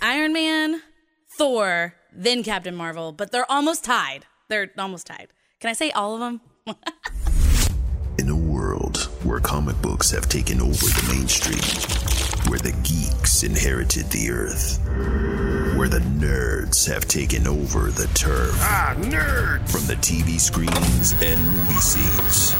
Iron Man, Thor, then Captain Marvel, but they're almost tied. They're almost tied. Can I say all of them? In a world where comic books have taken over the mainstream, where the geeks inherited the earth, where the nerds have taken over the turf. Ah, nerds! From the TV screens and movie scenes.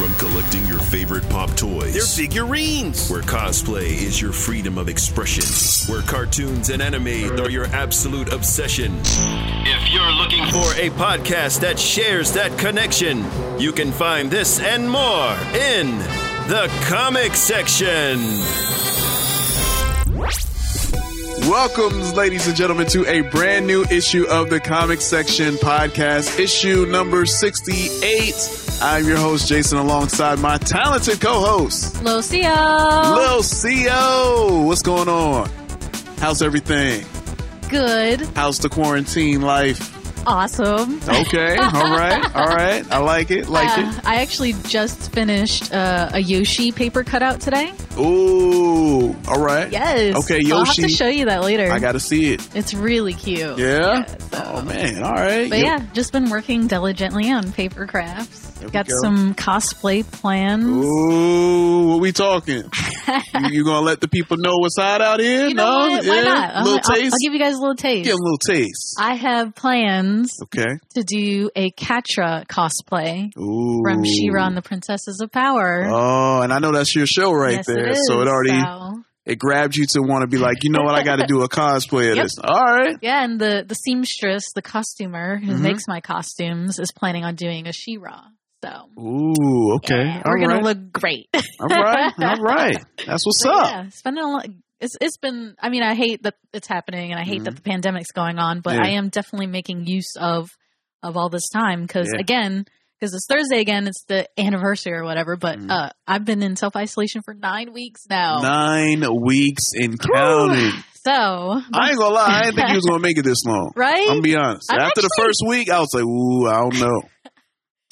From collecting your favorite pop toys. They're figurines. Where cosplay is your freedom of expression. Where cartoons and anime are your absolute obsession. If you're looking for a podcast that shares that connection, you can find this and more in the comic section. Welcome, ladies and gentlemen, to a brand new issue of the Comic Section Podcast, issue number 68. I'm your host, Jason, alongside my talented co host, Lucio. Lil CO. What's going on? How's everything? Good. How's the quarantine life? Awesome. Okay, all right, all right. I like it, like Uh, I actually just finished uh, a Yoshi paper cutout today. it. Ooh, all right. Yes. Okay, So I'll have to Yoshi. show you that later. I got to see it. it's really cute. Yeah? so- Oh, man, all right. But Yo- yeah, just been working diligently on paper crafts. There we Got go. some cosplay plans. Ooh, what we talking? you, you gonna let the people know what's hot out here? You know no, what? Why not? I'll, little I'll- taste. I'll give you guys a little taste. Give 'em a little taste. I have plans okay. to do a Katra cosplay Ooh. from She-Ra and the Princesses of Power. Oh, and I know that's your show right Yes, there. it is, so it already so- it grabbed you to want to be like, you know what, I got to do a cosplay of Yep. this. All right. Yeah, and the the seamstress, the costumer who Mhm. makes my costumes, is planning on doing a She-Ra. So Ooh, okay. yeah, All we're gonna right. look great. All right. All right. That's what's But up. yeah, spending a lot. It's it's been. I mean, I hate that it's happening, and I hate that the pandemic's going on. But Mm-hmm. Yeah. I am definitely making use of of all this time because Yeah. again, because it's Thursday again, it's the anniversary or whatever. But Mhm. uh, I've been in self isolation for nine weeks now. Nine weeks in counting. So I ain't gonna lie. I didn't think you was gonna make it this long. right. I'm gonna be honest. I'm After the actually- first week, I was like, ooh, I don't know.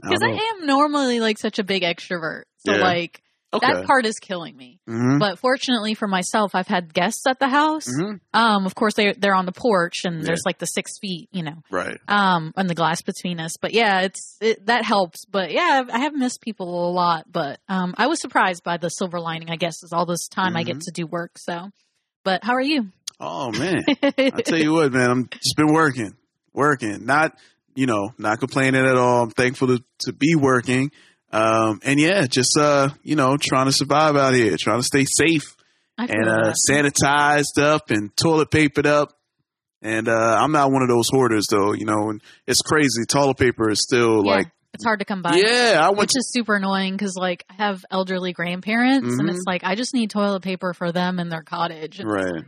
I because don't I know. am normally like such a big extrovert. So Yeah. like okay. that part is killing me. Mhm. But fortunately for myself, I've had guests at the house. Mhm. Um, of course they they're on the porch and Yeah. there's like the six feet, you know, Right. um, and the glass between us. But yeah, it's it, that helps. But yeah, I have missed people a lot. But um, I was surprised by the silver lining. I guess is all this time I Mm-hmm. get to do work. So, but how are you? Oh man, I tell you what, man, I'm just been working, working, not you know, not complaining at all. I'm thankful to, to be working, um, and yeah, just uh, you know, trying to survive out here, trying to stay safe I feel and uh, that. sanitized up and toilet papered up. And uh, I'm not one of those hoarders, though. You know, and it's crazy. Toilet paper is still Yeah, like, it's hard to come by. yeah, I went Which is super annoying because, like, I have elderly grandparents, and it's like I just need toilet paper for them in their cottage. to And Mm-hmm. right.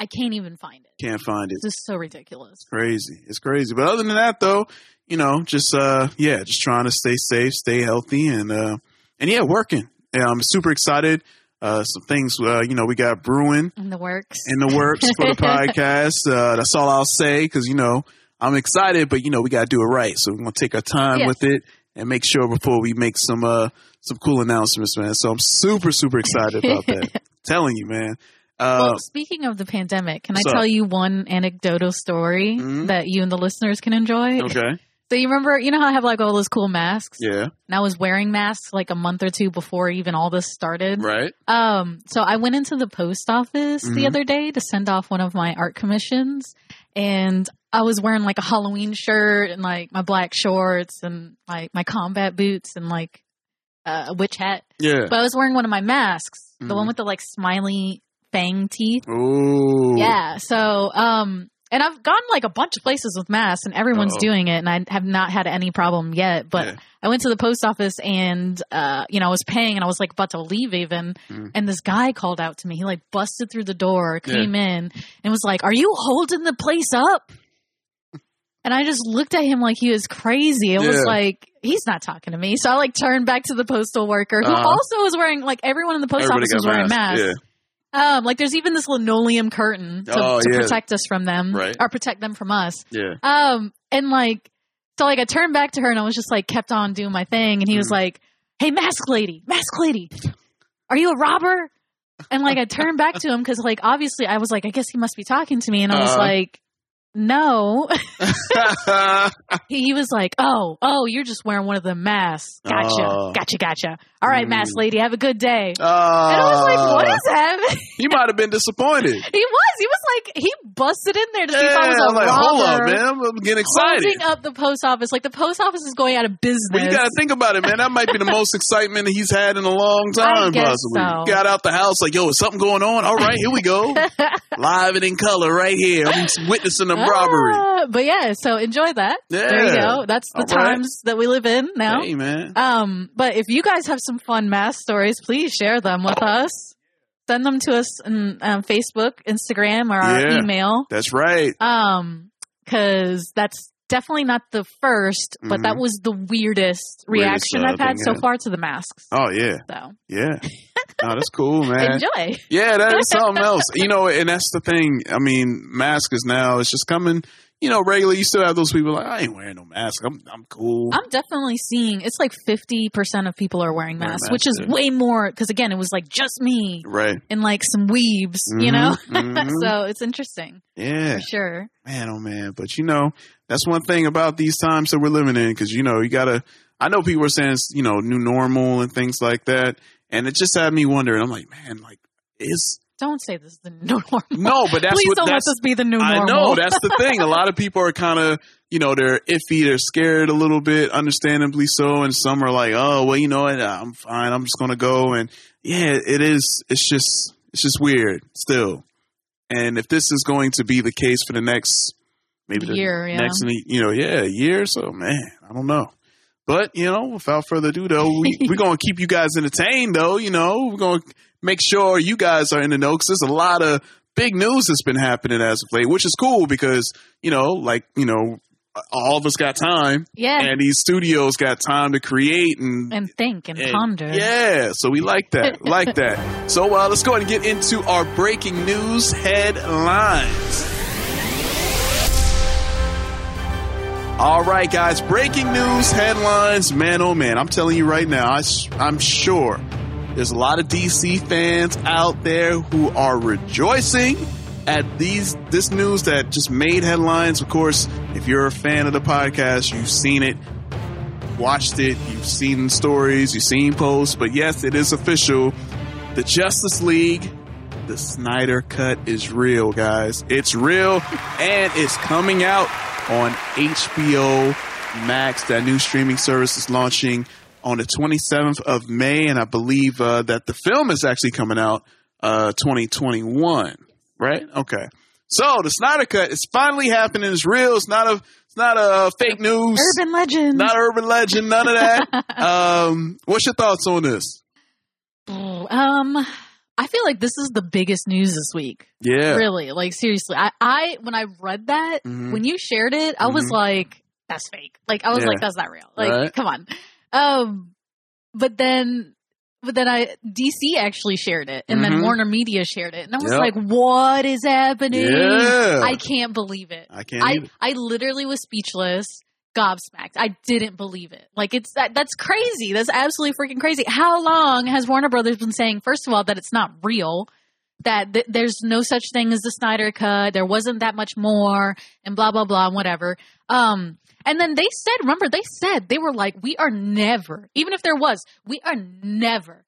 I can't even find it. Can't find it. This is so ridiculous. crazy. It's crazy. But other than that, though, you know, just uh, yeah, just trying to stay safe, stay healthy, and uh, and yeah, working. And I'm super excited. Uh, some things, uh, you know, we got brewing In the works. in the works for the podcast. Uh, that's all I'll say because you know I'm excited, but you know we got to do it right. So we're gonna take our time Yeah. with it and make sure before we make some uh some cool announcements, man. So I'm super super excited about that. Telling you, man. Uh, well, speaking of the pandemic, can I what's up? tell you one anecdotal story Mhm. that you and the listeners can enjoy? Uh, okay. So you remember, you know how I have like all those cool masks, Yeah. and I was wearing masks like a month or two before even all this started. Right. Um, so I went into the post office Mhm. the other day to send off one of my art commissions, and I was wearing like a Halloween shirt and like my black shorts and my my combat boots and like uh, a witch hat. Yeah. But I was wearing one of my masks, the Mhm. one with the like smiley fang teeth. Ooh. Yeah. So, um, and I've gone like a bunch of places with masks, and everyone's Uh-oh. doing it, and I have not had any problem yet. But Yeah. I went to the post office, and uh, you know, I was paying, and I was like about to leave even, Mhm. and this guy called out to me. He like busted through the door, Yeah. came in, and was like, "Are you holding the place up?" And I just looked at him like he was crazy. It was Yeah. like he's not talking to me. So I like turned back to the postal worker who Uh-huh. also was wearing like everyone in the post Everybody office was got wearing masks, masks. yeah. Um, like there's even this linoleum curtain to, Oh, to yeah. protect us from them Right. or protect them from us. Yeah. Um, and like, so like I turned back to her and I was just like kept on Mm. doing my thing. And he was Mhm. like, Hey, mask lady, mask lady, are you a robber? and like I turned back to him because like obviously I was like, I guess he must be talking to me, and I was Uh-huh. like, no. yeah. he he was like, oh, oh, you're just wearing one of the masks. Gotcha, Oh. gotcha, gotcha. All right, mask Mm. lady, have a good day. Uh, and I was like, what is that? He might have been disappointed. he was. He was like, he busted in there to see if I was a I'm like, robber. hold up, man. I'm, I'm getting excited. Closing up the post office, like the post office is going out of business. Well, you got to think about it, man. That might be the most excitement he's had in a long time, I guess possibly. so. He Got out the house like, yo, is something going on? All right, here we go. Live and in color right here. I'm witnessing a robbery. Ah, but yeah, so enjoy that. There you Yeah. go. That's the All right. times that we live in now. Hey, man. Um, but if you guys have some fun math stories, please share them with us. Send them to us on um, Facebook, Instagram, or our Yeah. email. That's right. Um, because that's definitely not the first, but that was the weirdest reaction uh, I've had Mm-hmm. thing, so yeah. far to the masks. Oh, yeah. So Yeah. No, that's cool, man. enjoy. Yeah, that is something else. You know, and that's the thing. I mean, mask is now, it's just coming, you know, regular. You still have those people like, I ain't wearing no mask. I'm, I'm cool. I'm definitely seeing it's like 50% of people are Wearing wearing masks, masks, which is yeah. way more because again, it was like just me right. and like some weebs, Mhm, you know? mhm. so it's interesting yeah. for sure. man, oh man. But you know, that's one thing about these times that we're living in, because you know, you gotta. I know people are saying it's, you know new normal and things like that, and it just had me wondering. I'm like, man, like is Don't say this is the new normal. no, but that's Please what don't let that's. this be the new I normal. know that's the thing. A lot of people are kind of you know they're iffy, they're scared a little bit, understandably so, and some are like, oh well, you know what, I'm fine, I'm just gonna go, and yeah, it is. It's just it's just weird still. And if this is going to be the case for the next maybe the Year, yeah. next you know yeah year, so man, I don't know. But you know, without further ado, though, we we're gonna keep you guys entertained, though. You know, we're gonna make sure you guys are in the know 'cause there's a lot of big news that's been happening as of late, which is cool because you know, like you know, all of us got time, yeah, and these studios got time to create and. and think and, and- ponder. Yeah, so we like that. like that. So uh, let's go ahead and get into our breaking news headlines. All right, guys, breaking news headlines. Man, oh man, I'm telling you right now, I s- I'm sure there's a lot of DC fans out there who are rejoicing at these this news that just made headlines. Of course, if you're a fan of the podcast, you've seen it, watched it, you've seen stories, you've seen posts, but yes, it is official. The Justice League, the Snyder Cut is real, guys. It's real and it's coming out on HBO Max. That new streaming service is launching on the 27th of May, and I believe uh, that the film is actually coming out uh, 2021, right? Okay. So the Snyder Cut is finally happening. It's real. It's not a. It's not a fake news Urban legends. not urban legend, none of that. um, what's your thoughts on this? um, I feel like this is the biggest news this week. Yeah, Really, like seriously, I, I when I read that, Mhm. when you shared it, I was Mhm. like, that's fake. Like I was Yeah. like, that's not real. Like Right. come on. Um, but then. But then I DC actually shared it, and then Mhm. Warner Media shared it, and I was Yep. like, "What is happening? Yeah. I can't believe it." I can't. I, either. I literally was speechless, gobsmacked. I didn't believe it. Like it's that that's crazy. That's absolutely freaking crazy. How long has Warner Brothers been saying first of all that it's not real, that th- there's no such thing as the Snyder cut, there wasn't that much more and blah blah blah and whatever. Um and then they said, remember they said they were like we are never, even if there was, we are never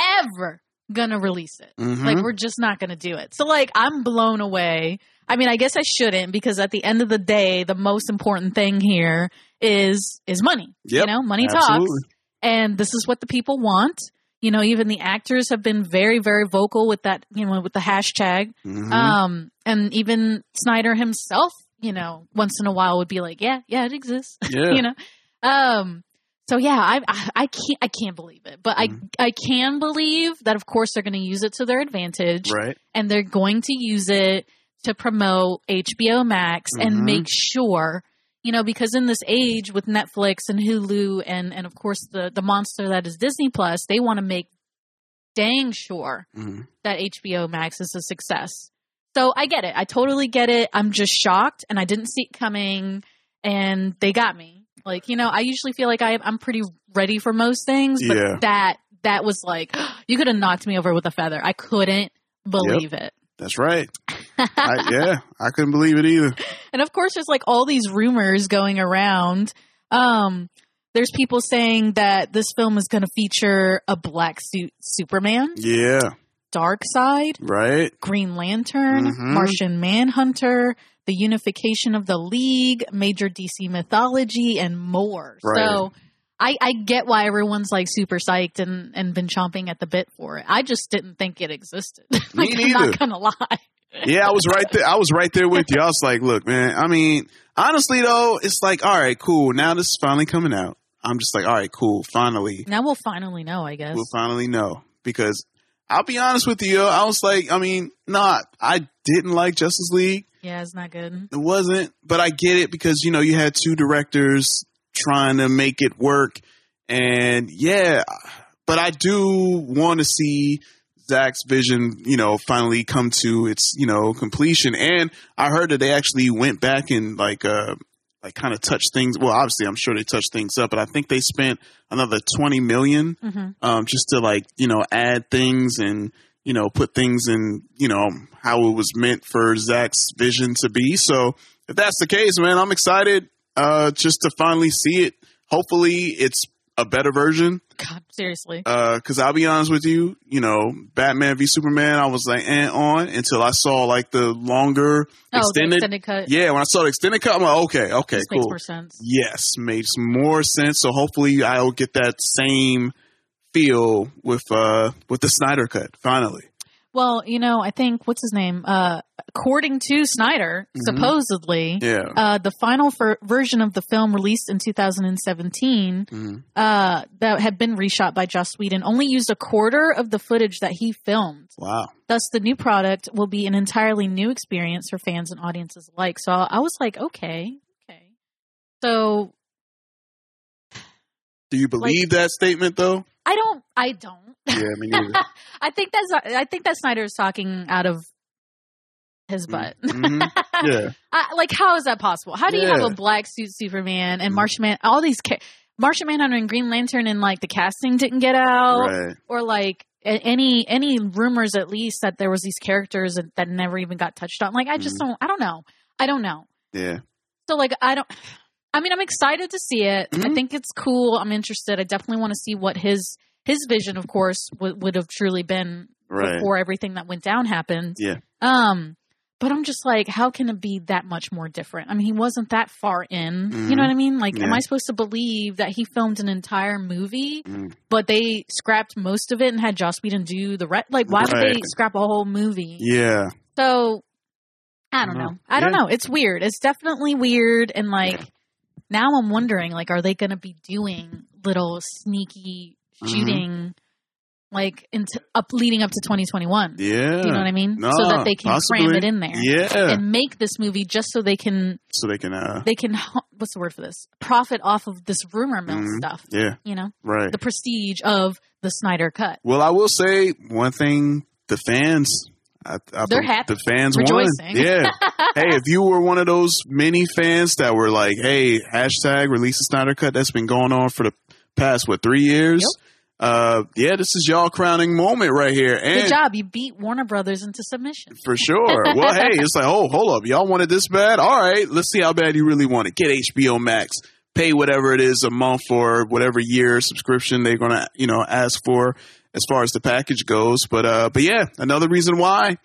ever going to release it. Mhm. Like we're just not going to do it. So like I'm blown away. I mean, I guess I shouldn't because at the end of the day, the most important thing here is is money. You Yep. know, money Absolutely. talks. And this is what the people want. You know, even the actors have been very very vocal with that, you know, with the hashtag. Mhm. Um and even Snyder himself, you know, once in a while would be like, yeah, yeah, it exists yeah, you know um so yeah I, I i can't i can't believe it but Mhm. i i can believe that of course they're going to use it to their advantage right. and they're going to use it to promote hbo max and Mhm. make sure you know because in this age with netflix and hulu and and of course the the monster that is disney plus they want to make dang sure Mhm. that HBO Max is a success. So I get it. I totally get it. I'm just shocked and I didn't see it coming and they got me. Like, you know, I usually feel like I, I'm pretty ready for most things, but Yeah. that that was like you could have knocked me over with a feather. I couldn't believe it. That's right. I, yeah, I couldn't believe it either. And of course, there's like all these rumors going around. Um, there's people saying that this film is going to feature a black suit Superman, Yeah, Dark Side, right. Green Lantern, Mhm. Martian Manhunter, the unification of the League, major DC mythology, and more. Right. So I, I get why everyone's like super psyched and, and been chomping at the bit for it. I just didn't think it existed. like, I'm neither. not gonna lie. Yeah, I was right there. I was right there with you. I was like, look, man. I mean, honestly though, it's like, all right, cool. Now this is finally coming out. I'm just like, all right, cool. Finally, Now we'll finally know, I guess. we'll finally know because I'll be honest with you. yo, I was like, I mean, not. I didn't like Justice League. yeah, it's not good. It wasn't, but I get it because you know you had two directors trying to make it work, and yeah, but I do want to see Zach's vision, you know, finally come to its you know completion. And I heard that they actually went back and like uh like kind of touched things. Well, obviously, I'm sure they touched things up, but I think they spent another twenty million hmm um, just to like you know add things and you know put things in you know how it was meant for Zach's vision to be. So if that's the case, man, I'm excited uh, just to finally see it. Hopefully, it's a better version. God, seriously. Because I'll be honest with you, you know, Batman v Superman, I was like eh, on until I saw like the longer oh, the extended. extended cut. Yeah, when I saw the extended cut, I'm like, okay, okay, this makes cool. more sense. Yes, makes more sense. So hopefully I'll get that same feel with uh with the Snyder cut finally. Well, you know, I think what's his name? Uh, according to Snyder, Mhm. supposedly, Yeah. uh, the final ver- version of the film released in 2017 Mhm. uh, that had been reshot by Joss Whedon only used a quarter of the footage that he filmed. Wow. Thus, the new product will be an entirely new experience for fans and audiences alike. So I was like, okay, okay. So Do you believe that statement though? I don't, I don't. Yeah, me neither. I think that's, I think that Snyder is talking out of his butt. Mhm. Yeah. I, like, how is that possible? How do you have Yeah. a black suit Superman and Mhm. Martian Man? All these ca- Martian Manhunter and Green Lantern and like the casting didn't get out, Right. or like a- any any rumors at least that there was these characters that, that never even got touched on. Like, I just Mm-hmm. don't. I don't know. I don't know. Yeah. So like, I don't. I mean, I'm excited to see it. I Mhm. think it's cool. I'm interested. I definitely want to see what his his vision, of course, would would have truly been Right. before everything that went down happened. Yeah. Um, but I'm just like, how can it be that much more different? I mean, he wasn't that far in. You Mhm. know what I mean? Like, am Yeah. I supposed to believe that he filmed an entire movie, Mm. but they scrapped most of it and had Joss Whedon do the rest? Like, why would they Right. scrap a whole movie? Yeah. So, I don't No. know. I don't Yeah. know. It's weird. It's definitely weird. And like, now I'm wondering, like, are they going to be doing little sneaky Mhm. shooting, like, into, up leading up to 2021? Yeah. Do you know what I mean? No, so that they can cram possibly. it in there Yeah. and make this movie just so they can so they can uh they can h- what's the word for this profit off of this rumor mill Mhm. stuff. yeah, You know, right. the prestige of the Snyder cut. Well, I will say one thing: the fans, I, I, They're bel- happy. The fans won. Rejoicing. Yeah. hey, if you were one of those many fans that were like, "Hey, hashtag release the Snyder cut," that's been going on for the past what three years. Uh, yeah, this is y'all crowning moment right here, Good and job, you beat Warner Brothers into submission. for sure. Well, hey, it's like, oh, hold up, y'all wanted this bad? All right, let's see how bad you really want it. Get HBO Max, pay whatever it is a month or whatever year subscription they're gonna, you know, ask for as far as the package goes. But uh, but yeah, another reason why,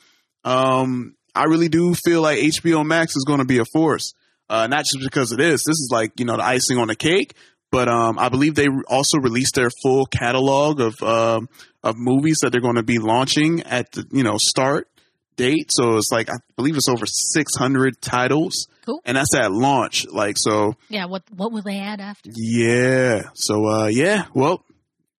um, I really do feel like HBO Max is gonna be a force. Uh, not just because of this. This is like you know the icing on the cake. But um, I believe they also released their full catalog of um, of movies that they're going to be launching at the you know start date. So it's like I believe it's over six hundred titles. Cool. And that's at launch. Like so Yeah, what what will they add after? yeah. So uh yeah, well,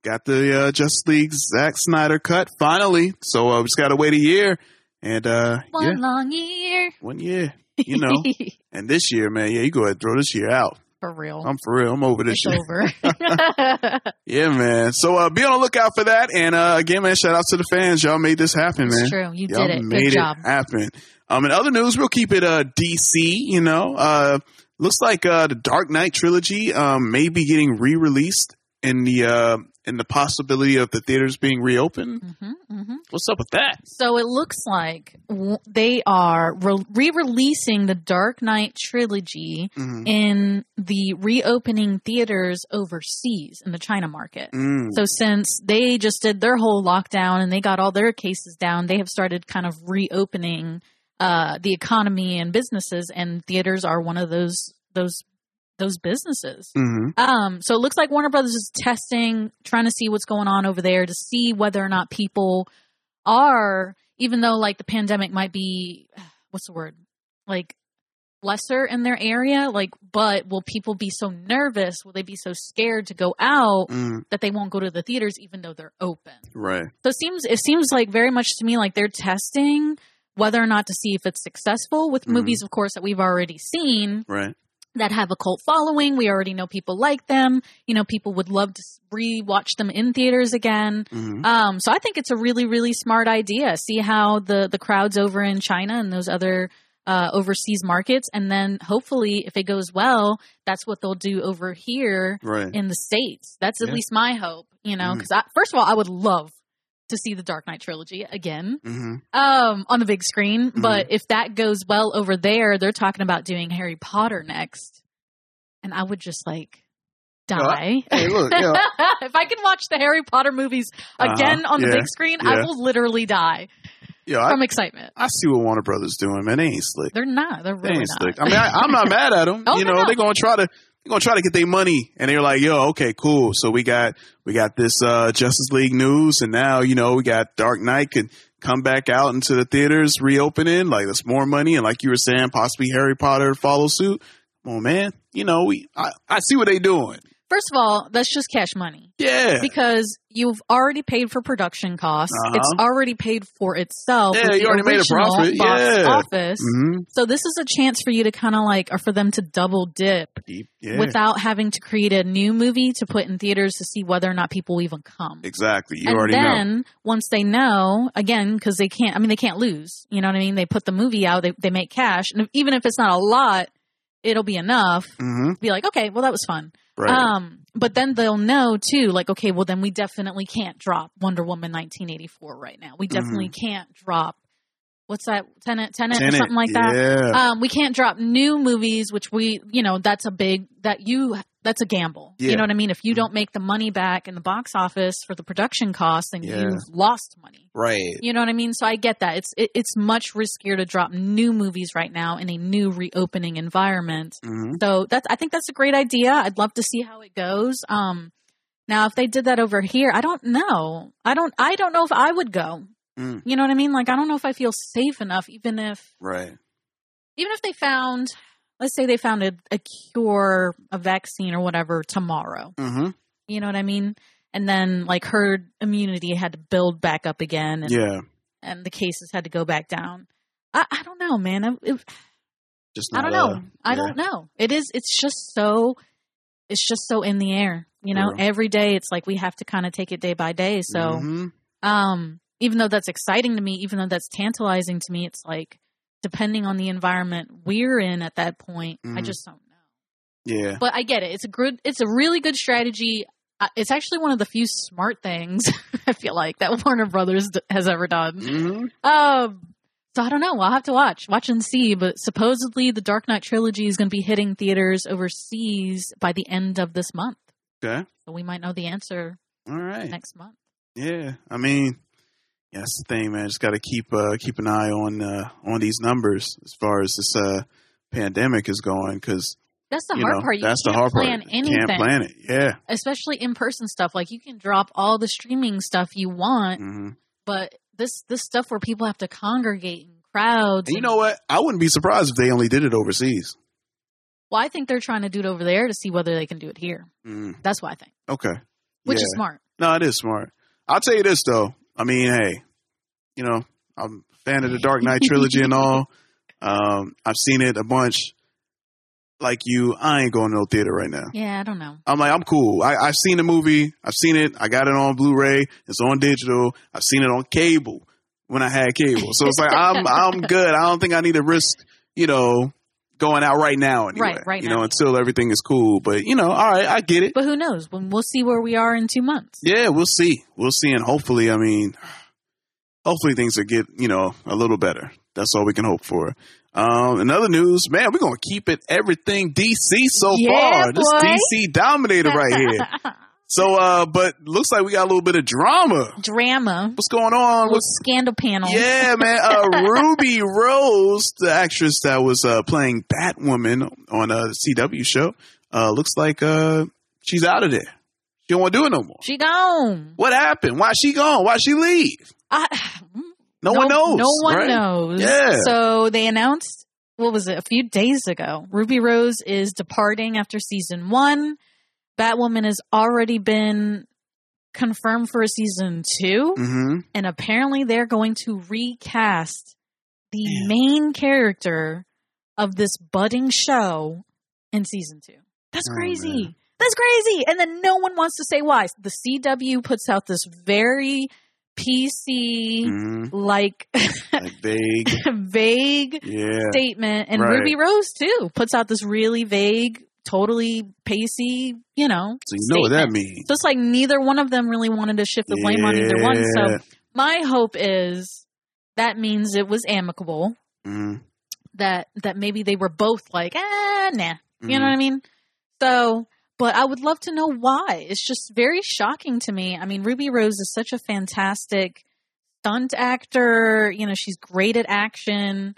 got the uh Justice League Zack Snyder cut finally. So uh, we just gotta wait a year. And uh One yeah, long year. one year. You know. and this year, man, yeah, you go ahead and throw this year out. For real. I'm for real. I'm over this it's year. over. Yeah, man. So uh be on the lookout for that. And uh again, man, shout out to the fans. Y'all made this happen, man. it's true. You Y'all did it. Made Good job. it happen. Um, in other news, we'll keep it uh DC. You know, uh, looks like uh the Dark Knight trilogy um may be getting re released in the uh and the possibility of the theaters being reopened. hmm hmm What's up with that? So it looks like w- they are re releasing the Dark Knight trilogy Mm. in the reopening theaters overseas in the China market. Mm. So since they just did their whole lockdown and they got all their cases down, they have started kind of reopening uh, the economy and businesses, and theaters are one of those those those businesses. hmm Um, so it looks like Warner Brothers is testing, trying to see what's going on over there to see whether or not people are, even though like the pandemic might be, what's the word, like lesser in their area, like, but will people be so nervous? Will they be so scared to go out Mm. that they won't go to the theaters even though they're open? Right. So it seems it seems like very much to me like they're testing whether or not to see if it's successful with Mhm. movies, of course, that we've already seen Right. that have a cult following. We already know people like them. You know, people would love to s- re-watch them in theaters again. hmm Um, so I think it's a really, really smart idea. See how the the crowds over in China and those other uh, overseas markets, and then hopefully, if it goes well, that's what they'll do over here Right. in the states. That's at Yeah. least my hope. You know, Mhm. because first of all, I would love to see the Dark Knight trilogy again hmm um, on the big screen. Mm-hmm. But if that goes well over there, they're talking about doing Harry Potter next, and I would just like die. Hey, look. You know, if I can watch the Harry Potter movies again Uh-huh. on the Yeah. big screen, I Yeah. will literally die yo, I, from excitement. I see what Warner Brothers doing, man. They ain't slick. They're not. They're They really ain't not. slick. I mean, I, I'm not mad at them. Oh, you no, know, no. they're gonna try to they're gonna try to get their money, and they're like, "Yo, okay, cool." So we got we got this uh, Justice League news, and now you know we got Dark Knight could come back out into the theaters, reopening. Like that's more money, and like you were saying, possibly Harry Potter follow suit. Come on, man. You know, we I, I see what they doing. First of all, that's just cash money Yeah, because you've already paid for production costs. Uh-huh. It's already paid for itself. Yeah, with the you already made a original profit. box Yeah. office. hmm So this is a chance for you to kind of like, or for them to double dip yeah. without having to create a new movie to put in theaters to see whether or not people even come. exactly. You and already know. then once they know, again, because they can't, I mean, they can't lose. You know what I mean? They put the movie out, they, they make cash. And even if it's not a lot, it'll be enough to hmm be like, okay, well, that was fun. Right. Um, but then they'll know too, like, okay, well, then we definitely can't drop Wonder Woman 1984 right now. We definitely can't drop, what's that, Tenant, Tenant, or Mm-hmm. Tenet, something like that? Yeah. um, we can't drop new movies, which we, you know, that's a big that you that's a gamble. Yeah. Mm-hmm. You know what I mean? If you don't make the money back in the box office for the production costs, then Yeah. you've lost money. right. You know what I mean? So I get that. It's it, it's much riskier to drop new movies right now in a new reopening environment. hmm So that's I think that's a great idea. I'd love to see how it goes. Um, now if they did that over here, I don't know. I don't I don't know if I would go. Mm. You know what I mean? Like I don't know if I feel safe enough, even if Right. even if they found let's say they found a, a cure a vaccine or whatever tomorrow hmm you know what i mean and then like herd immunity had to build back up again and, Yeah. and the cases had to go back down i, I don't know man i, it- Just I not, don't know uh, i yeah. don't know it is it's just so it's just so in the air you know Yeah. every day it's like we have to kind of take it day by day so Mhm. um even though that's exciting to me even though that's tantalizing to me it's like depending on the environment we're in at that point i Mhm. just don't know yeah. but i get it it's a good it's a really good strategy Uh, it's actually one of the few smart things i feel like that warner brothers d- has ever done Mhm. um so i don't know i'll have to watch watch and see but supposedly the dark knight trilogy is going to be hitting theaters overseas by the end of this month Okay. so we might know the answer All right. next month Yeah. I mean, yeah, that's the thing, man. Just got to keep uh, keep an eye on uh, on these numbers as far as this uh, pandemic is going, because that's the you hard know part you that's the can't hard plan part. anything Can't plan it. Yeah. especially in person stuff. Like you can drop all the streaming stuff you want, hmm but this this stuff where people have to congregate in crowds. And you and- know what? I wouldn't be surprised if they only did it overseas. well, I think they're trying to do it over there to see whether they can do it here. Mm. That's what I think, Okay. which yeah. is smart. no, it is smart. I'll tell you this though. I mean, hey, you know, I'm a fan of the Dark Knight trilogy and all. Um, I've seen it a bunch. Like you, I ain't going to no theater right now. Yeah, I don't know. I'm like, I'm cool. I, I've seen the movie. I've seen it. I got it on Blu-ray. It's on digital. I've seen it on cable when I had cable. So it's like I'm I'm good. I don't think I need to risk, you know, going out right now anyway. Right, right You now. know, until everything is cool. But you know, all right, I get it. But who knows? When we'll see where we are in two months. Yeah, we'll see. We'll see, and hopefully, I mean, hopefully things will get you know a little better. That's all we can hope for. Um, in other news, man, we're gonna keep it everything DC so Yeah, far. This boy. DC dominator right here. So, uh, but looks like we got a little bit of drama. Drama. What's going on? Little What's scandal panel. yeah, man. Uh, Ruby Rose, the actress that was uh, playing Batwoman on a CW show, uh, looks like uh, she's out of there. She don't want to do it no more. She gone. What happened? Why she gone? Why she leave? I, No, one knows. No one right? knows. Yeah. So they announced what was it a few days ago? Ruby Rose is departing after season one. Batwoman has already been confirmed for a season 2 Mm-hmm. and apparently they're going to recast the Yeah. main character of this budding show in season two. That's Oh, crazy. man. That's crazy. And then no one wants to say why. The CW puts out this very PC, hmm like Like vague. vague Yeah. statement. And Right. Ruby Rose too puts out this really vague, totally pacey, you know. So you know what that statement. means. So it's like neither one of them really wanted to shift the blame on either one. So my hope is that means it was amicable. Mhm. That that maybe they were both like, ah, nah. You Mhm. know what I mean? So, but I would love to know why. It's just very shocking to me. I mean, Ruby Rose is such a fantastic stunt actor. You know, she's great at action.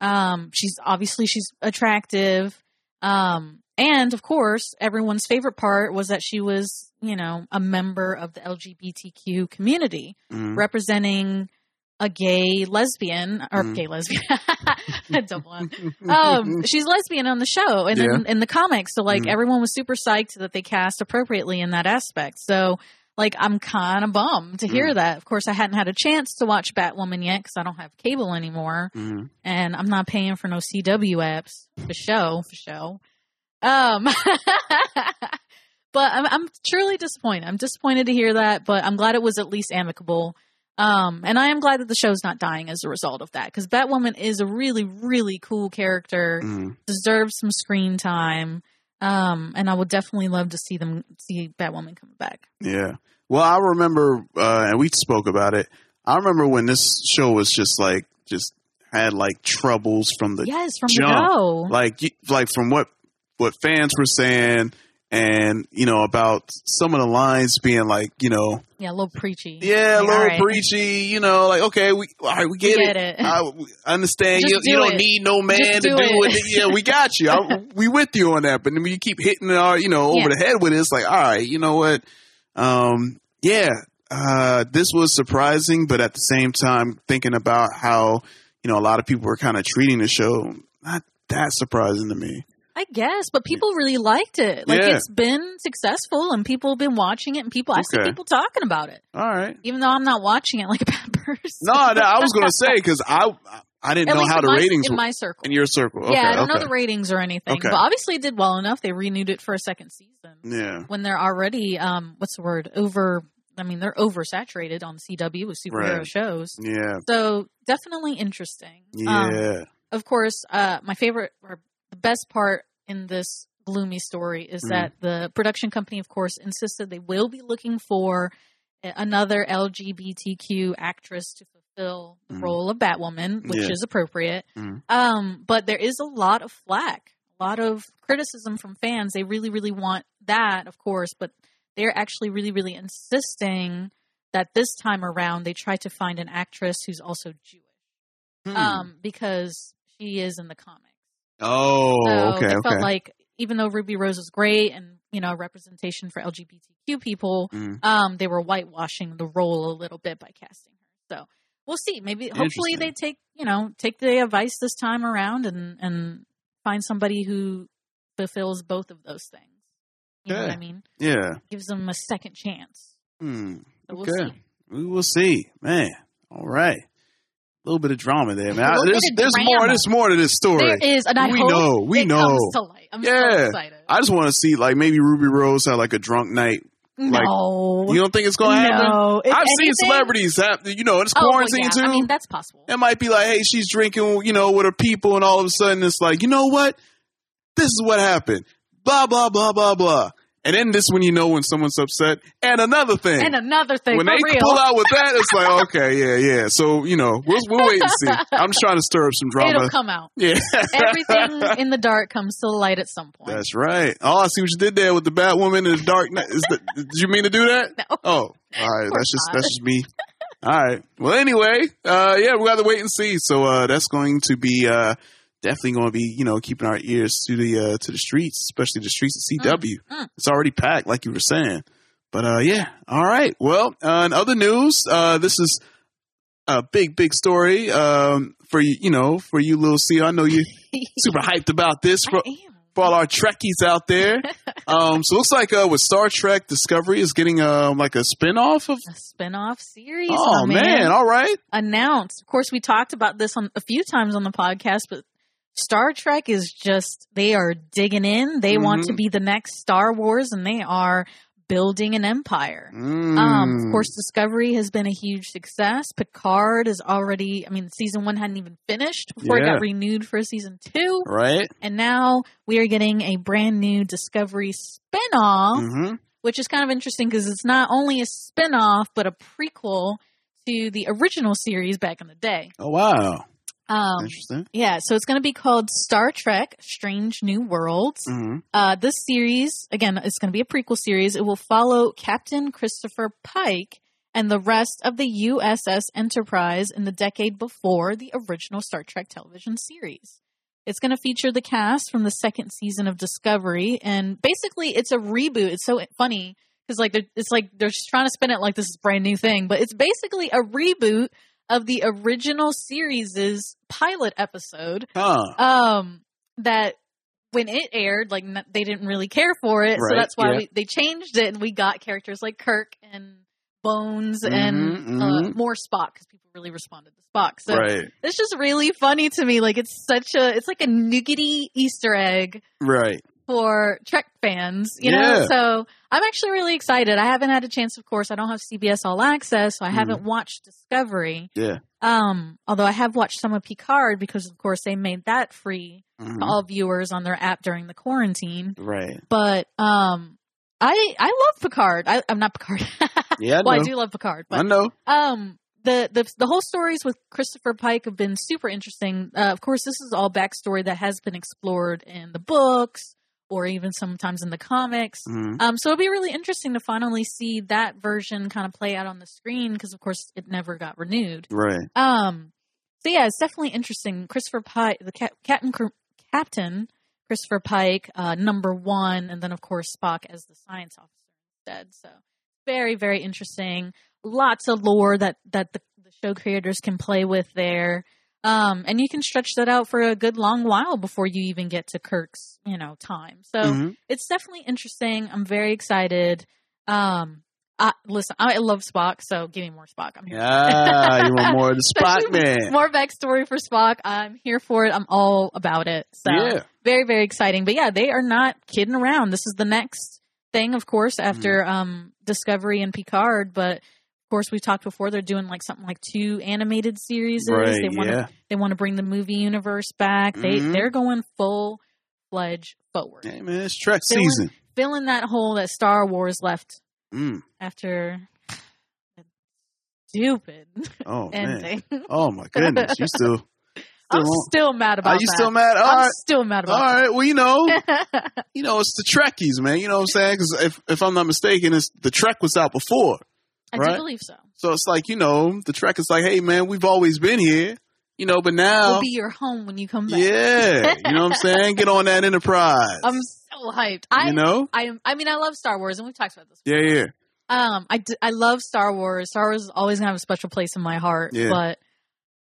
Um, she's obviously she's attractive. Um, and of course, everyone's favorite part was that she was, you know, a member of the LGBTQ community Mhm. representing a gay lesbian or Mhm. gay lesbian a double one. mm-hmm. Um, she's lesbian on the show and then in the comics. So like Mhm. everyone was super psyched that they cast appropriately in that aspect. So like I'm kind of bummed to hear that. Of course, I hadn't had a chance to watch Batwoman yet because I don't have cable anymore Mhm. and I'm not paying for no CW apps for show for show. Um, but I'm, I'm truly disappointed. I'm disappointed to hear that, but I'm glad it was at least amicable. Um, and I am glad that the show's not dying as a result of that because Batwoman is a really, really cool character, Mhm. deserves some screen time. Um, and I would definitely love to see them see Batwoman come back. Yeah. Well, I remember, uh, and we spoke about it. I remember when this show was just like, just had like troubles from the yes, from jump, the go. like you- like from what what fans were saying and you know about some of the lines being like you know yeah, a little preachy. yeah a Like, little all right, breachy you know like okay we all right we we get, get it, it. I, we understand Just you, you do don't it. need no man Just to do do it. it. yeah we got you I, we with you on that but then when you keep hitting our you know over Yeah. the head with it it's like all right you know what um yeah uh this was surprising but at the same time thinking about how you know a lot of people were kind of treating the show not that surprising to me I guess, but people really liked it. Like Yeah. it's been successful, and people have been watching it, and people I've seen Okay. people talking about it, all right even though I'm not watching it like a bad person. no, no I was gonna say because I I didn't At know least how in the my, ratings in were my circle. in your circle. Okay, yeah, I don't okay. know the ratings or anything, Okay. but obviously it did well enough. They renewed it for a second season yeah, when they're already um, what's the word over. I mean, they're oversaturated on CW with superhero Right. shows, yeah, so definitely interesting. Um, yeah. of course, uh, my favorite or the best part in this gloomy story is Mhm. that the production company, of course, insisted they will be looking for a- another LGBTQ actress to fulfill the Mhm. role of Batwoman, which Yeah. is appropriate. Mhm. Um, but there is a lot of flack, a lot of criticism from fans. They really, really want that, of course, but they're actually really, really insisting that this time around they try to find an actress who's also Jewish Hmm. um, because she is in the comics. oh, so okay, they okay. felt like even though Ruby Rose was great and you know representation for LGBTQ people, Mm. um, they were whitewashing the role a little bit by casting her. So we'll see. Maybe hopefully Interesting. they take you know take the advice this time around and and find somebody who fulfills both of those things. You know what Okay. I mean? yeah. Gives them a second chance. Hmm. So we'll Okay. see. We will see, man. All right, a little bit of drama there, man. A little I- there's bit of there's more. drama. There's more to this story. There is, and I we hope know. We it know. comes to light. I'm Yeah. so excited. I just want to see like maybe Ruby Rose had like a drunk night Like, no. You don't think it's going to happen? no. If I've seen anything- celebrities have, you know, it's Oh, well, quarantine yeah. too. I mean, that's possible. it might be like, hey, she's drinking, you know, with her people, and all of a sudden it's like, you know what? This is what happened. Blah blah blah blah blah. And then this when you know when someone's upset. And another thing, And another thing, when for they real. pull out with that, it's like, okay, yeah, yeah. So you know, we'll we'll wait and see. I'm just trying to stir up some It'll drama. come out. Yeah, Everything in the dark comes to the light at some point. That's right. Oh, I see what you did there with the Batwoman in the dark. Knight. Is that, did you mean to do that? No. Oh, all right. That's just not. that's just me. All right. Well, anyway, uh, yeah, we got to wait and see. So uh, that's going to be uh, definitely going to be you know keeping our ears to the uh, to the streets, especially the streets of CW. mm. It's already packed, like you were saying. But uh, yeah, all right. Well, uh, in other news, uh, this is a big, big story um, for you. You know, for you, little C. I know you're super hyped about this. For, I am. for all our Trekkies out there. Um, so it looks like uh, with Star Trek Discovery is getting um, like a spinoff of. A spin-off series. Oh my man. all right. announced. Of course, we talked about this on a few times on the podcast, but Star Trek is just they are digging in. They want Mm-hmm. to be the next Star Wars and they are building an empire. Mm. Um, Hmm. of course, Discovery has been a huge success. Picard is already, I mean, season one hadn't even finished before it Yeah. got renewed for season two. Right. And now we are getting a brand new Discovery spin off Mm-hmm. which is kind of interesting because it's not only a spin-off but a prequel to the original series back in the day. Oh wow. Um, Interesting. yeah, so it's going to be called Star Trek: Strange New Worlds. Mm-hmm. Uh, this series, again, it's going to be a prequel series. It will follow Captain Christopher Pike and the rest of the USS Enterprise in the decade before the original Star Trek television series. It's going to feature the cast from the second season of Discovery, and basically, it's a reboot. It's so funny because, like, they're- it's like they're just trying to spin it like this is a brand new thing, but it's basically a reboot of the original series' pilot episode Huh. um that when it aired like n- they didn't really care for it so Right, that's why yeah. we, they changed it and we got characters like kirk and bones and Mhm, Uh, mhm. more spock because people really responded to spock so right. it's just really funny to me like it's such a it's like a nougaty easter egg Right. for trek fans you know Yeah. so i'm actually really excited i haven't had a chance of course i don't have cbs all access so i Mhm. haven't watched discovery Yeah. um although i have watched some of picard because of course they made that free Mhm. to all viewers on their app during the quarantine. Right. But um, I I love Picard. I, I'm not Picard. Yeah. I well, I know. do love Picard, I but know. um, the the the whole stories with Christopher Pike have been super interesting. Uh, of course, this is all backstory that has been explored in the books or even sometimes in the comics. Mhm. Um, so it'll be really interesting to finally see that version kind of play out on the screen because, of course, it never got renewed. Right. Um, so yeah, it's definitely interesting. Christopher Pike, the cap- Captain, Cr- Captain Christopher Pike, uh, number one, and then of course Spock as the science officer instead. So very, very interesting. Lots of lore that that the, the show creators can play with there. Um, and you can stretch that out for a good long while before you even get to Kirk's, you know, time. So Mhm. it's definitely interesting. I'm very excited. Um, I, listen, I love Spock, so give me more Spock. I'm here Yeah. You want more of the spot Especially man? more backstory for Spock. I'm here for it. I'm all about it. So Yeah. very, very exciting. But yeah, they are not kidding around. This is the next thing, of course, Mm-hmm. after um Discovery and Picard, but of course we talked before they're doing like something like two animated series. Right. They want to Yeah. they want to bring the movie universe back. They Mhm. they're going full fledged forward. Hey man, it's Trek They want- season. Filling that hole that Star Wars left Mm. after that stupid Oh man. ending. Oh my goodness. You still? still I'm on- still mad about Are you that. still mad? All I'm right. still mad All about right. Well, you know. that. you know, it's the Trekkies, man. You know what I'm saying? Because if, if I'm not mistaken, it's the Trek was out before. I Right. do believe so. So it's like, you know, the Trek is like, hey, man, we've always been here, you know, but now, We'll be your home when you come back. yeah, you know what I'm saying? Get on that Enterprise. I'm so hyped. Um, I you know? I am I mean I love Star Wars and we've talked about this. Yeah, yeah. Um I, d- I love Star Wars. Star Wars is always going to have a special place in my heart, Yeah. but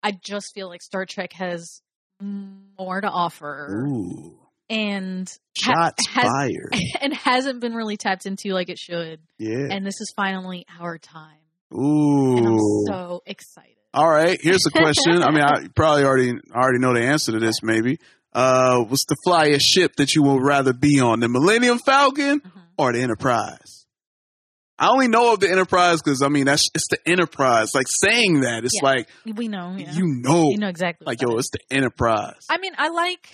I just feel like Star Trek has more to offer Ooh. and Shots has- fired. and hasn't been really tapped into like it should. Yeah. And this is finally our time. And I'm Ooh. so excited. All right. Here's a question. I mean, I probably already I already know the answer to this, maybe. Uh, what's the flyer ship that you would rather be on, the Millennium Falcon Mhm. or the Enterprise? I only know of the Enterprise because I mean that's it's the Enterprise. Like saying that, it's Yeah. like we know. Yeah. you know, You know exactly. like what yo, that it's the Enterprise. is. I mean, I like.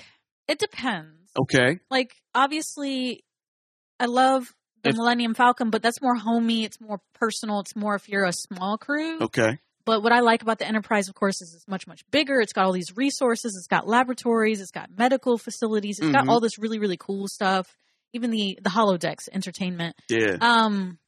It depends. okay, Like obviously, I love the If- Millennium Falcon, but that's more homey. It's more personal. It's more if you're a small crew. okay, But what I like about the Enterprise, of course, is it's much, much bigger. It's got all these resources. It's got laboratories. It's got medical facilities. It's got Mhm. all this really, really cool stuff. Even the the holodecks entertainment. yeah, Um,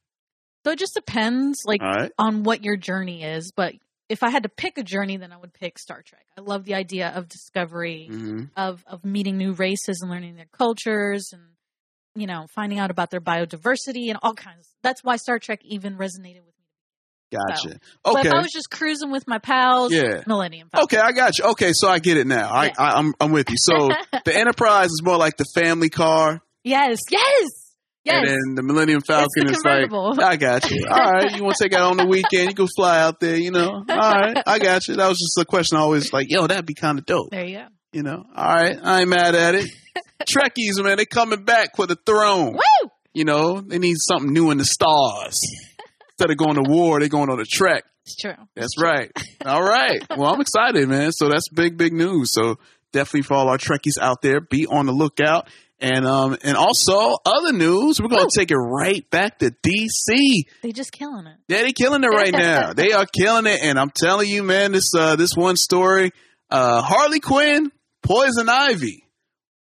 so it just depends, like all right, on what your journey is. But if I had to pick a journey, then I would pick Star Trek. I love the idea of discovery, hmm of of meeting new races and learning their cultures, and you know, finding out about their biodiversity and all kinds. That's why Star Trek even resonated with me. gotcha. But Okay, if I was just cruising with my pals, yeah. Millennium Falcon. Okay, I got you. Okay, so I get it now. I, Yeah. I, I'm I'm with you. So the Enterprise is more like the family car, yes, yes, yes. and then the Millennium Falcon it's is the like convertible. I got you. All right, you want to take out on the weekend? You can fly out there, you know. All right, I got you. That was just a question. I always like, yo, that'd be kind of dope, there you go. you know. All right, I ain't mad at it. Trekkies, man, they coming back for the throne. Woo! You know, they need something new in the stars. Instead of going to war, they're going on a trek. It's true. That's right. All right. Well, I'm excited, man. So that's big, big news. So definitely for all our Trekkies out there, be on the lookout. And um, and also other news, we're gonna take it right back to DC. They just killing it. Yeah, they killing it right now. they are killing it, and I'm telling you, man, this uh, this one story, uh, Harley Quinn, Poison Ivy,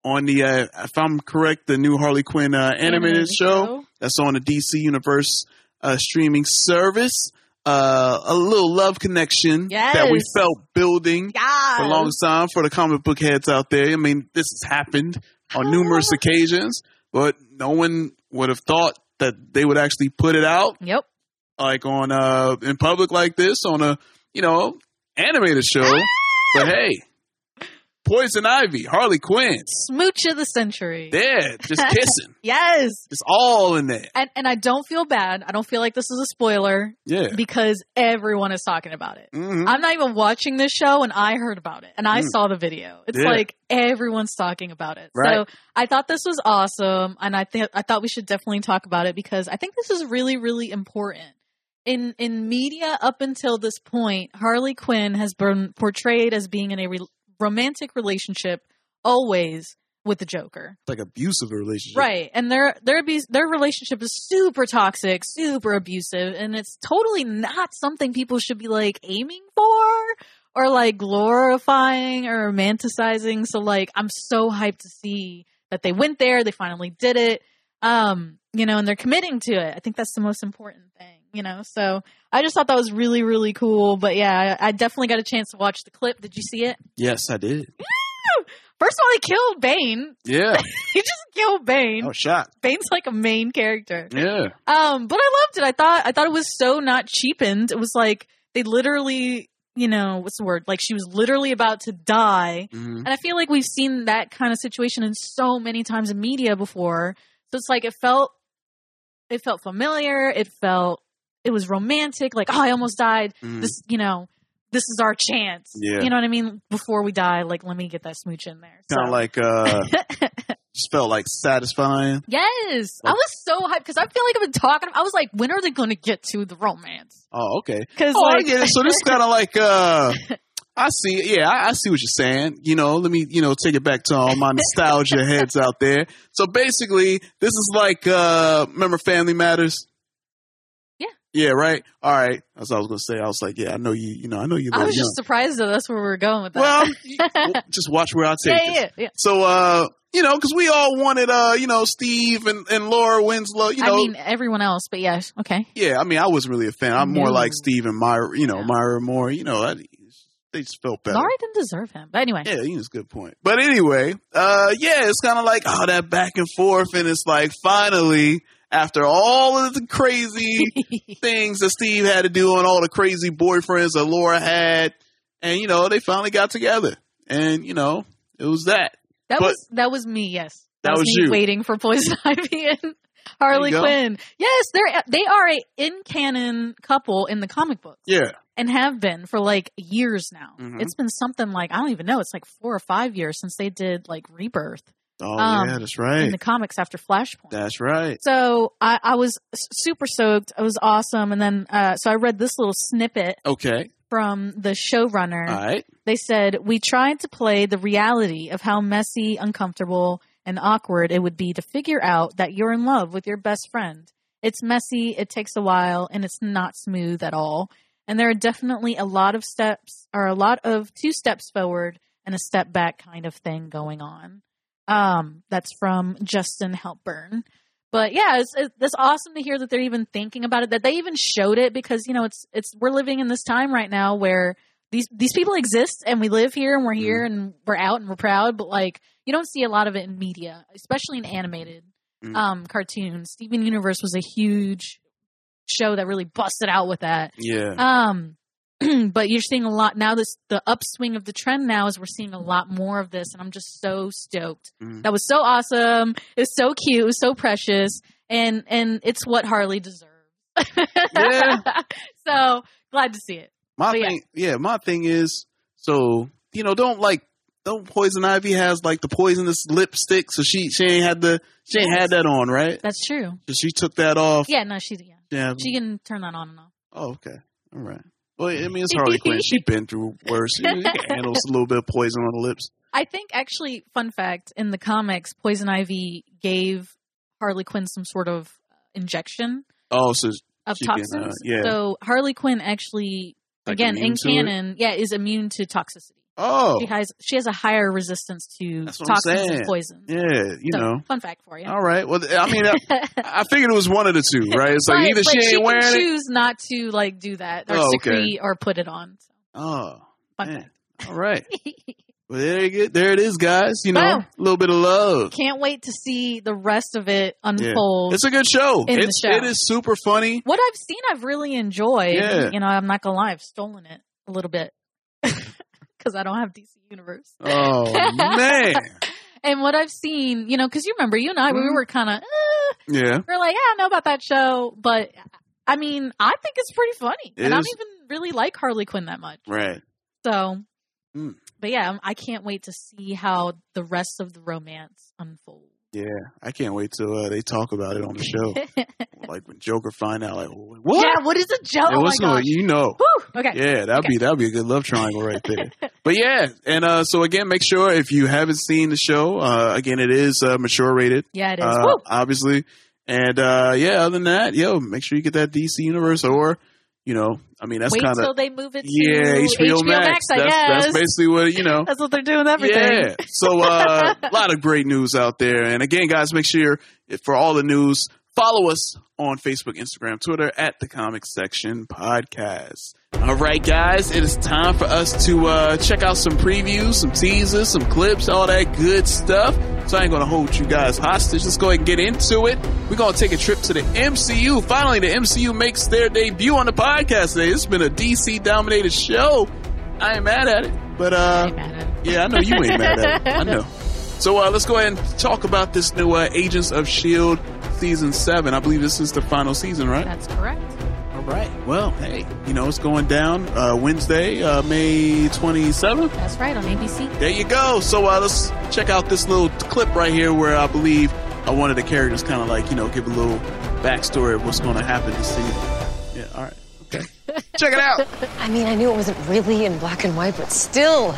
on the uh, if I'm correct, the new Harley Quinn uh, animated Mm-hmm. show that's on the DC Universe uh, streaming service. Uh, a little love connection Yes. that we felt building Yeah. for a long time for the comic book heads out there. I mean, this has happened on numerous occasions, but no one would have thought that they would actually put it out Yep. like on uh in public like this on a you know animated show. Ah! but hey, Poison Ivy, Harley Quinn, Smooch of the century. there, just kissing. yes. it's all in there. And and I don't feel bad. I don't feel like this is a spoiler Yeah. because everyone is talking about it. hmm I'm not even watching this show and I heard about it and I Mm. saw the video. It's Yeah. like everyone's talking about it. Right. So I thought this was awesome and I think I thought we should definitely talk about it because I think this is really really important. In in media up until this point, Harley Quinn has been portrayed as being in a re- romantic relationship always with the Joker. Like abusive relationship. Right. And their their abuse their relationship is super toxic, super abusive, and it's totally not something people should be like aiming for or like glorifying or romanticizing. So like I'm so hyped to see that they went there, they finally did it. Um, you know, and they're committing to it. I think that's the most important thing, you know. So I just thought that was really, really cool. But yeah, I, I definitely got a chance to watch the clip. Did you see it? Yes, I did. First of all, they killed Bane. Yeah. he just killed Bane. I was shocked. Bane's like a main character. Yeah. Um, but I loved it. I thought I thought it was so not cheapened. It was like they literally, you know, what's the word? Like she was literally about to die. Mhm. And I feel like we've seen that kind of situation in so many times in media before. So it's like it felt it felt familiar, it felt it was romantic, like, oh I almost died. Mhm. This you know, this is our chance. Yeah. You know what I mean? Before we die, like let me get that smooch in there. Kind So- of like, uh, just felt like satisfying. Yes, Oh. I was so hyped because I feel like I've been talking. I was like, when are they going to get to the romance? Oh, okay. Because Oh, I like, get it. So this is kind of like, uh, I see. Yeah, I, I see what you're saying. You know, let me, you know, take it back to all my nostalgia heads out there. So basically, this is like, uh, remember Family Matters? Yeah. Yeah, right? All right. That's what I was going to say. I was like, yeah, I know you, you know, I know you're a I little was young. just surprised that that's where we were going with that. well, just watch where I take yeah, this. yeah, yeah. So, uh, you know, because we all wanted, uh, you know, Steve and, and Laura Winslow. You know, I mean, everyone else, but yeah, okay. yeah. I mean, I wasn't really a fan. I'm more No. like Steve and Myra. You know, Yeah. Myra Moore. You know, I, they just felt better. Laurie didn't deserve him. But anyway, Yeah, you know, it's a good point. But anyway, uh, yeah, it's kind of like oh that back and forth, and it's like finally after all of the crazy things that Steve had to do and all the crazy boyfriends that Laura had, and you know, they finally got together, and you know, it was that. that But- was that was me. Yes, That was me you. waiting for Poison Ivy and Harley go. Quinn. Yes, they're they are a in canon couple in the comic books Yeah, and have been for like years now. Mhm. It's been something like I don't even know. It's like four or five years since they did like Rebirth. Oh Um, yeah, that's in right. the comics after Flashpoint. That's right. so I, I was s- super soaked. It was awesome. And then, uh, so I read this little snippet Okay. from the showrunner. All right. They said, We tried to play the reality of how messy, uncomfortable, and awkward it would be to figure out that you're in love with your best friend. It's messy, it takes a while, and it's not smooth at all. And there are definitely a lot of steps, or a lot of two steps forward and a step back kind of thing going on. Um, that's from Justin Helpburn. But yeah, it's, it's, it's awesome to hear that they're even thinking about it. That they even showed it because you know it's it's we're living in this time right now where these these people exist and we live here and we're here Mm-hmm. and we're out and we're proud. But like you don't see a lot of it in media, especially in animated Mm. um, cartoons. Steven Universe was a huge show that really busted out with that. Yeah. Um, but you're seeing a lot now. This the upswing of the trend now is we're seeing a lot more of this, and I'm just so stoked. Mhm. That was so awesome. It was so cute. It was so precious, and and it's what Harley deserves. Yeah. so glad to see it. My But yeah. thing, yeah. my thing is, so you know, don't like, don't poison ivy has like the poisonous lipstick, so she she ain't had the she ain't had that on, right? That's true. So she took that off. Yeah. No, she yeah. Yeah. She can turn that on and off. oh, okay. All right. Well, I mean, it's Harley Quinn. She's been through worse. She can handle a little bit of poison on the lips. I think actually, fun fact in the comics, Poison Ivy gave Harley Quinn some sort of injection Oh, so of She can, uh, toxins. yeah. So Harley Quinn actually like, again in immune to it? canon, yeah, is immune to toxicity. Oh, She has she has a higher resistance to That's what I'm toxins saying. and poison. yeah. You So, know. fun fact for you. All right. Well, I mean, I, I figured it was one of the two, right? It's like But- either but she ain't can wearing it. choose not to like do that or Oh, okay. secrete or put it on. So, Oh, fun man. all right. fact. Well, there you go. There it is, guys. You know, a Wow. little bit of love. Can't wait to see the rest of it unfold. It's a good show. In the It's show. it is super funny. what I've seen, I've really enjoyed. Yeah. You know, I'm not gonna lie, I've stolen it a little bit because I don't have DC Universe. Oh man, And what I've seen, you know, because you remember, you and I, we Mhm. were kind of yeah. we're like, yeah, I don't know about that show, but I mean, I think it's pretty funny, It and I is. don't even really like Harley Quinn that much. Right. So, Mm. but yeah, I'm- I can't wait to see how the rest of the romance unfolds. I can't wait till uh, they talk about it on the show. yeah, like when Joker find out, like what? what is a joke? Yeah, oh my what's going? gosh. You know. Whew. Okay. Yeah, that'd be that'd be a good love triangle right there. but yeah, and uh, so again, make sure if you haven't seen the show, uh, again, it is uh, mature rated. Yeah, it is. uh, Woo. obviously. And uh, yeah, other than that, yo, make sure you get that DC universe, or you know, I mean, that's Wait kind of till they move it to yeah, HBO, Max. I that's, guess. that's basically what you know. That's what they're doing. with Everything. Yeah. So uh, a lot of great news out there. And again, guys, make sure for all the news, follow us on Facebook, Instagram, Twitter at the Comic Section Podcast. All right, guys, it is time for us to uh, check out some previews, some teasers, some clips, all that good stuff. So I ain't gonna hold you guys hostage. Let's go ahead and get into it. We're gonna take a trip to the MCU. Finally, the MCU makes their debut on the podcast today. It's been a DC dominated show. I ain't mad at it, but uh, Hey, man. yeah, I know you ain't mad at it. I know. So uh, let's go ahead and talk about this new uh, Agents of S.H.I.E.L.D. season seven. I believe this is the final season, right? That's correct. All right. Well, hey, you know, it's going down uh, Wednesday, uh, May 27th. That's right on ABC. There you go. So uh, let's check out this little clip right here where I believe uh, one of the characters kind of like, you know, give a little backstory of what's going to happen this season. Yeah, all right. Okay. check it out. I mean, I knew it wasn't really in black and white, but still.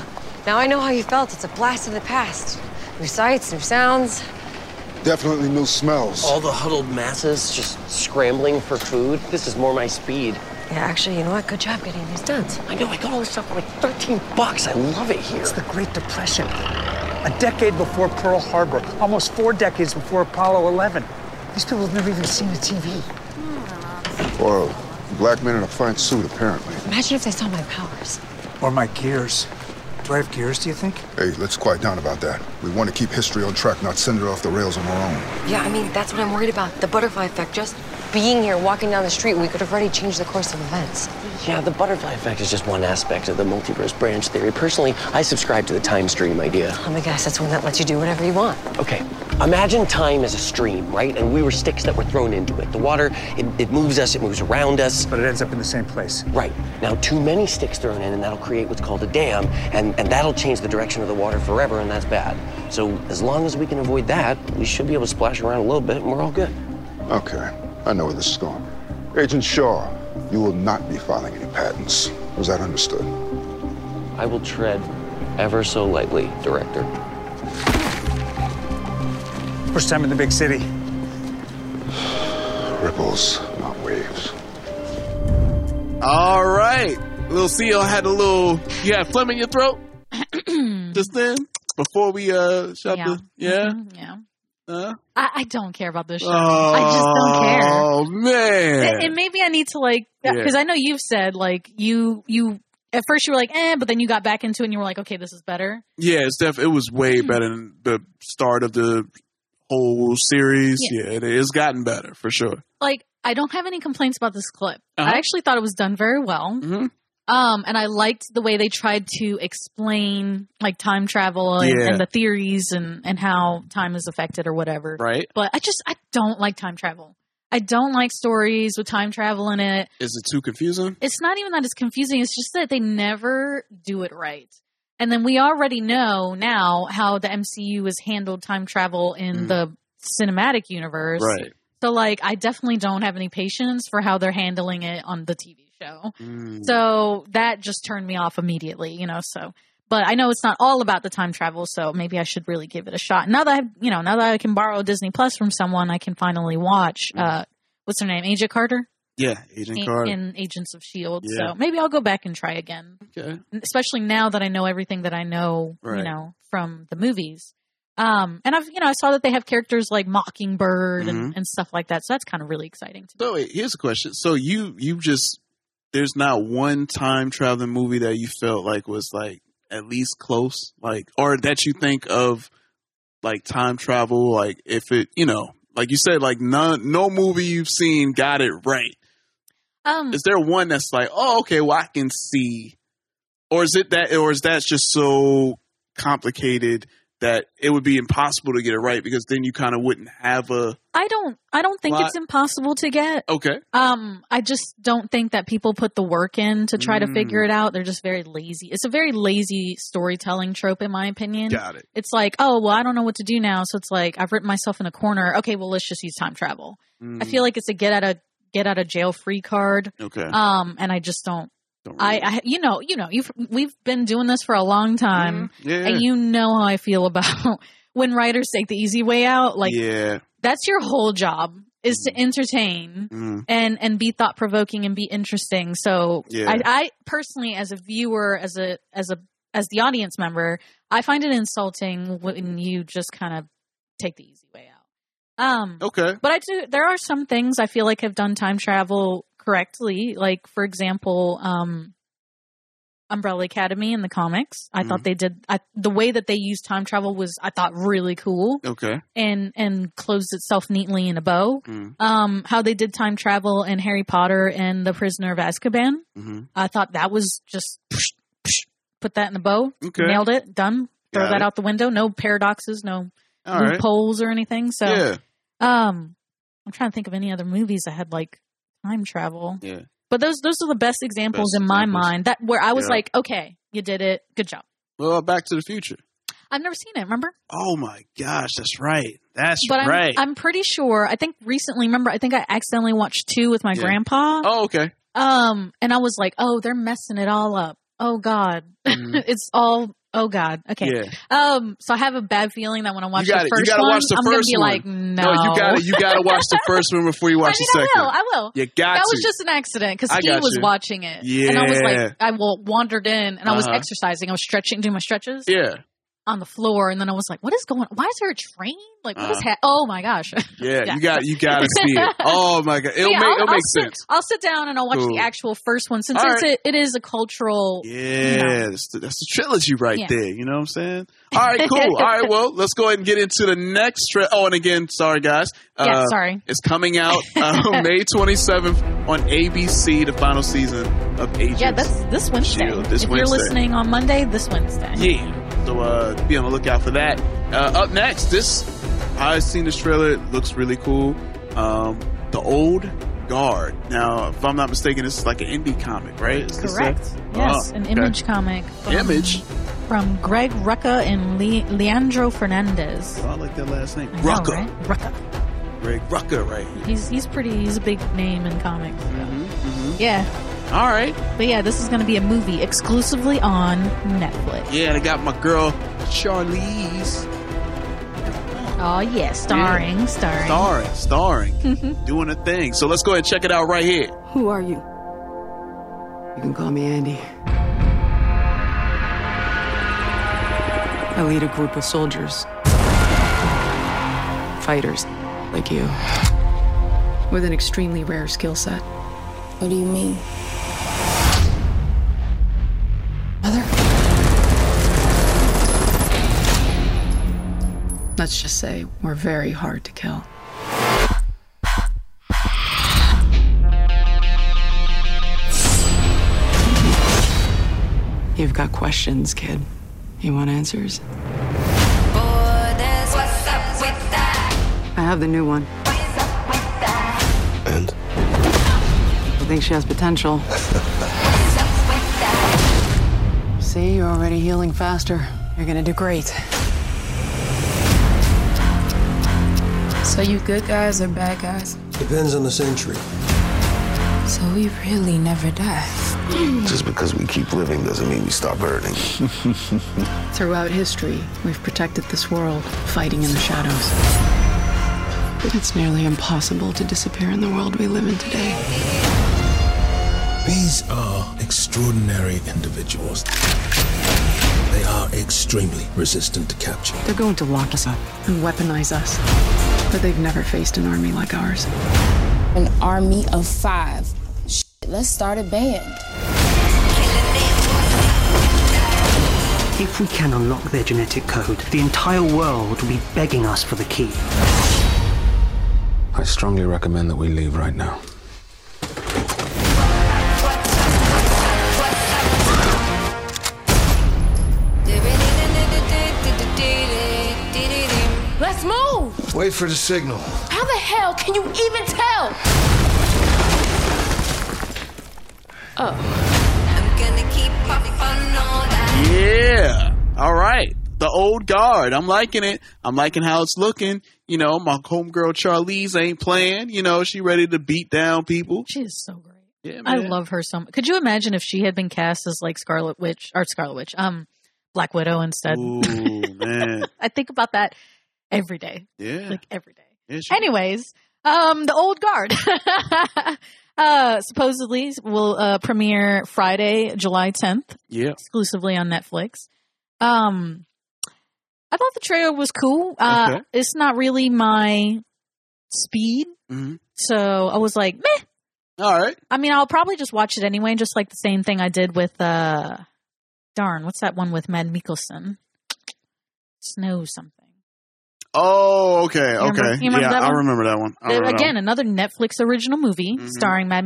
Now I know how you felt. It's a blast of the past. New sights, new sounds. Definitely no smells. All the huddled masses just scrambling for food. This is more my speed. Yeah, actually, you know what? Good job getting these done. I know, I got all this stuff for like 13 bucks. I love it here. It's the Great Depression. A decade before Pearl Harbor, almost four decades before Apollo 11. These people have never even seen a TV. Or a black man in a fine suit, apparently. Imagine if they saw my powers. Or my gears. Do I have gears, do you think? Hey, let's quiet down about that. We want to keep history on track, not send it off the rails on our own. Yeah, I mean, that's what I'm worried about. The butterfly effect just being here, walking down the street, we could have already changed the course of events. Yeah, the butterfly effect is just one aspect of the multiverse branch theory. Personally, I subscribe to the time stream idea. Oh my gosh, that's when that lets you do whatever you want. Okay, imagine time as a stream, right? And we were sticks that were thrown into it. The water, it, it moves us, it moves around us. But it ends up in the same place. Right. Now, too many sticks thrown in, and that'll create what's called a dam, and, and that'll change the direction of the water forever, and that's bad. So, as long as we can avoid that, we should be able to splash around a little bit, and we're all good. Okay, I know where this is going. Agent Shaw, you will not be filing any patents. Was that understood? I will tread ever so lightly, Director. First time in the big city. Ripples, not waves. All right. Little CEO had a little you had phlegm in your throat just then before we uh shot Yeah. the yeah. Mhm, yeah. Uh, I, I don't care about this show. oh, I just don't care. man. and, and maybe I need to like Yeah. because I know you've said like you you at first you were like eh, but then you got back into it and you were like okay this is better. Yeah, it's def- it was Mm-hmm. way better than the start of the whole series. Yeah, it, it's gotten better for sure. Like I don't have any complaints about this clip. Uh-huh. I actually thought it was done very well. Mhm. Um, and I liked the way they tried to explain like time travel and, Yeah. and the theories and and how time is affected or whatever. Right? But I just I don't like time travel. I don't like stories with time travel in it. Is it too confusing? it's not even that it's confusing it's just that they never do it right and then we already know now how the mcu has handled time travel in Mm. the cinematic universe Right. so like i definitely don't have any patience for how they're handling it on the tv show Mm. so that just turned me off immediately you know so but i know it's not all about the time travel so maybe i should really give it a shot now that i you know now that i can borrow disney plus from someone i can finally watch uh what's her name agent carter yeah, Mm. Agent in, Carter. in Agents of Shield. Yeah. E So maybe I'll go back and try again, okay. especially now that I know everything that I know, Right. you know, from the movies. Um, and I've you know I saw that they have characters like Mockingbird Mm-hmm. and, and stuff like that, so that's kind of really exciting. To me. So wait, here's a question. So you you just there's not one time traveling movie that you felt like was like at least close, like or that you think of like time travel, like if it you know, like you said, like none no movie you've seen got it right. Um, Is there one that's like, oh okay, well I can see or is it that or is that just so complicated that it would be impossible to get it right because then you kind of wouldn't have a I don't I don't think Lot- it's impossible to get. okay Um, I just don't think that people put the work in to try to Mm. figure it out. They're just very lazy. It's a very lazy storytelling trope, in my opinion. got it it's like, oh, well, I don't know what to do now. So it's like, I've written myself in a corner. Okay, well, let's just use time travel. I Mm. feel like it's a get out of get out of jail free card. okay Um, and I just don't. Don't I, really- I you know, you know, you've we've been doing this for a long time, Mhm. yeah Um, and you know how I feel about when writers take the easy way out. Like yeah that's your whole job is to entertain Mm. and and be thought provoking and be interesting. So Yeah. I, I personally, as a viewer, as a as a as the audience member, I find it insulting when you just kind of take the easy way out. Um, okay but I do. There are some things I feel like have done time travel correctly. Like for example, um, Umbrella Academy in the comics. I thought they did I, the way that they used time travel was I thought really cool okay and and closed itself neatly in a bow. Mm. Um, how they did time travel in Harry Potter and The Prisoner of Azkaban. Mhm. I thought that was just psh, psh, put that in a bow, okay nailed it, done. Throw Got it. that out the window. No paradoxes, no all right loopholes or anything. Mm, So, yeah um, I'm trying to think of any other movies that had like time travel. Yeah. But those those are the best examples Best in my examples. mind that where I was Yeah. like, okay, you did it, good job. well back to the future I've never seen it. Remember? oh my gosh that's right that's but I'm, right I'm pretty sure. I think recently, remember, I think I accidentally watched two with my Yeah. grandpa. oh okay Um, and I was like, oh, they're messing it all up. Oh God, Mhm. it's all. Oh God. Okay. yeah Um. So I have a bad feeling that when I watch gotta- the you first gotta one, watch the I'm going first to be one. like, no. no. you gotta you gotta watch the first one before you I watch mean, the second I will. I will. you got That to was just an accident because I he got was you. watching it, and I was Yeah. like, I wa- wandered in, and I was Uh-huh. exercising. I was stretching, doing my stretches, yeah on the floor, and then I was like, "What is going? Why is there a train? Like, what is Uh. ha- Oh my gosh! Yeah, Yeah. you got you got to see it. Oh my god, it'll Yeah, make I'll- it'll I'll make sit- sense. I'll sit down and I'll watch Cool. the actual first one since All it's a, it is a cultural. Yeah, that's, the, that's the trilogy right Yeah. there. You know what I'm saying? All right, cool. All right, well, let's go ahead and get into the next. Tri- oh, and again, sorry guys. Uh, Yeah, sorry. It's coming out uh, May 27th on ABC, the final season of Agents. Yeah, that's this Wednesday. Shield, this if Wednesday. you're listening on Monday, this Wednesday. Yeah. So uh, be on the lookout for that. Uh, up next, this I've seen this trailer. It looks really cool. Um, the Old Guard. Now, if I'm not mistaken, this is like an indie comic, right? Is this a- Correct. Yes, Oh, an okay. image comic from, Image. from Greg Rucka and Le- Leandro Fernandez. Oh, I like that last name. I know, Rucker. right? Rucka. Greg Rucker, right? He's he's pretty. He's a big name in comics. Mm-hmm, Yeah, All right. but yeah, this is going to be a movie exclusively on Netflix. Yeah, they got my girl Charlize. Oh yeah, starring, starring. Starring, starring, doing a thing. So let's go ahead and check it out right here. Who are you? You can call me Andy. I lead a group of soldiers, fighters like you, with an extremely rare skill set. What do you mean? Mother? Let's just say we're very hard to kill. You've got questions, kid. You want answers? I have the new one. And I think she has potential. See, you're already healing faster. You're gonna do great. So you good guys or bad guys? depends on the century. So we really never die. Just because we keep living doesn't mean we stop hurting. Throughout history, we've protected this world, fighting in the shadows. But it's nearly impossible to disappear in the world we live in today. These are extraordinary individuals. They are extremely resistant to capture. They're going to lock us up and weaponize us. But they've never faced an army like ours. An army of five. Shit, let's start a band. If we can unlock their genetic code, the entire world will be begging us for the key. I strongly recommend that we leave right now. Let's move! Wait for the signal. How the hell can you even tell? Yeah. All right. The old guard. I'm liking it. I'm liking how it's looking. You know, my homegirl Charlize ain't playing. You know, she ready to beat down people. She is so great. Yeah, I man. love her so much. Could you imagine if she had been cast as like Scarlet Witch or Scarlet Witch, um, Black Widow instead? Ooh, man. I think about that every day, Yeah. like every day. yeah she- Anyways, um, the old guard. uh, supposedly will uh, premiere Friday, July 10th, yeah. exclusively on Netflix. Um, I thought the trailer was cool. Uh, Okay. It's not really my speed, Mhm. so I was like, meh. All right. I mean, I'll probably just watch it anyway, just like the same thing I did with uh darn, what's that one with Mad Mikkelsen? Snow something. Oh, okay. remember- Okay. you remember yeah, that I one? remember that one. I remember that Again, one. another Netflix original movie Mhm. starring Mad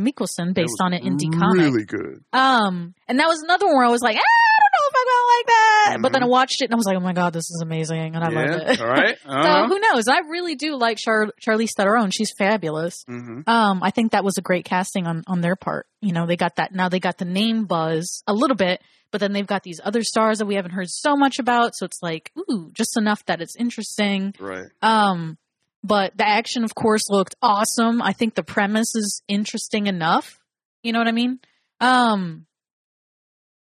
That Mikkelsen based was on an indie comic. Really good. Um, and that was another one where I was like, "Ah, I don't know if I'm gonna like that. But then I Mhm. watched it and I was like, oh my god, this is amazing, and I yeah. love it. All right. so Uh-huh. who knows? I really do like Char- Charlize Theron. She's fabulous. Mhm. Um, I think that was a great casting on on their part. You know, they got that now they got the name buzz a little bit, but then they've got these other stars that we haven't heard so much about, so it's like, ooh, just enough that it's interesting. Right. Um, but the action of course looked awesome. I think the premise is interesting enough. You know what I mean? Um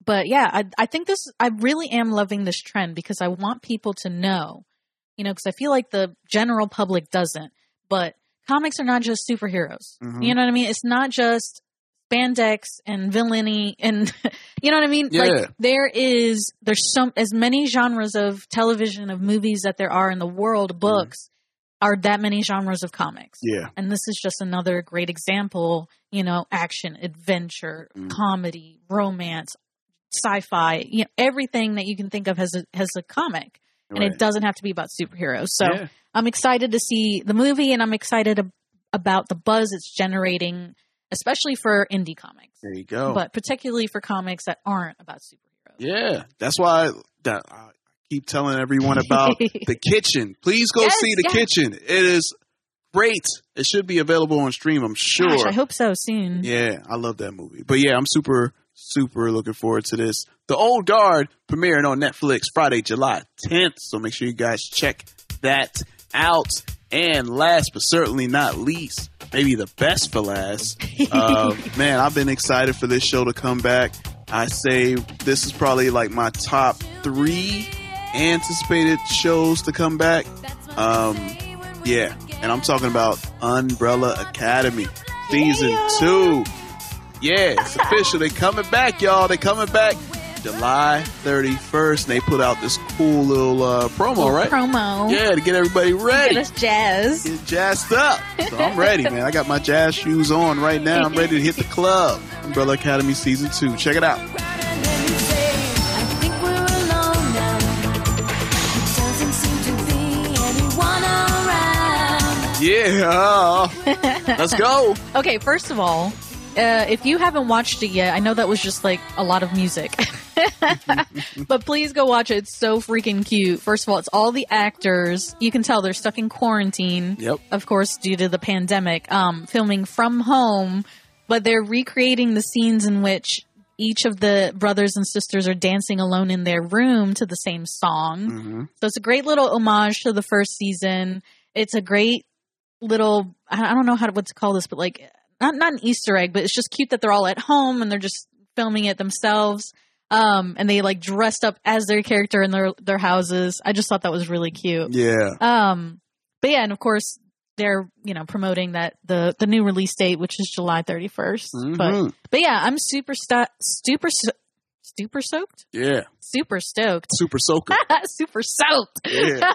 but yeah, I I think this I really am loving this trend because I want people to know. You know, because I feel like the general public doesn't, but comics are not just superheroes. Mhm. You know what I mean? It's not just spandex and villainy and you know what I mean? Yeah. Like there is there's so as many genres of television of movies that there are in the world, books are that many genres of comics. Yeah. And this is just another great example, you know, action, adventure, Mm. comedy, romance, sci-fi, you know, everything that you can think of has a, has a comic. And Right. it doesn't have to be about superheroes. So Yeah. I'm excited to see the movie and I'm excited ab- about the buzz it's generating, especially for indie comics, There you go. but particularly for comics that aren't about superheroes. yeah, that's why I, that I keep telling everyone about the kitchen. Please go Yes, see the yes. kitchen. It is great. It should be available on stream. I'm sure. Gosh, I hope so soon. Yeah, I love that movie. But yeah, I'm super, super looking forward to this. The Old Guard premiering on Netflix Friday, July 10th. So make sure you guys check that out. And last but certainly not least, maybe the best for last. Uh, man, I've been excited for this show to come back. I say this is probably like my top three anticipated shows to come back. Um, yeah, and I'm talking about Umbrella Academy season two. Yeah, it's official. They coming back, y'all. They coming back July 31st. And they put out this cool little uh, promo, Little right? promo. Yeah, to get everybody ready. Get us jazz. Get jazzed up. So I'm ready, man. I got my jazz shoes on right now. I'm ready to hit the club. Umbrella Academy season two. Check it out. think we're alone now. It doesn't seem to be anyone around. Yeah. Let's go. Okay, first of all, uh, if you haven't watched it yet, I know that was just like a lot of music. but please go watch it. It's so freaking cute. First of all, it's all the actors. You can tell they're stuck in quarantine. Yep. Of course, due to the pandemic, um, filming from home, but they're recreating the scenes in which each of the brothers and sisters are dancing alone in their room to the same song. So it's a great little homage to the first season. It's a great little I I don't know how to, what to call this, but like not not an Easter egg, but it's just cute that they're all at home and they're just filming it themselves. Um, and they like dressed up as their character in their their houses. I just thought that was really cute. Yeah. Um, but yeah, and of course they're you know promoting that the the new release date, which is July thirty Mhm. But but yeah, I'm super stu- super stu- super soaked, Yeah. super stoked. Super soaker. super soaked. Yeah.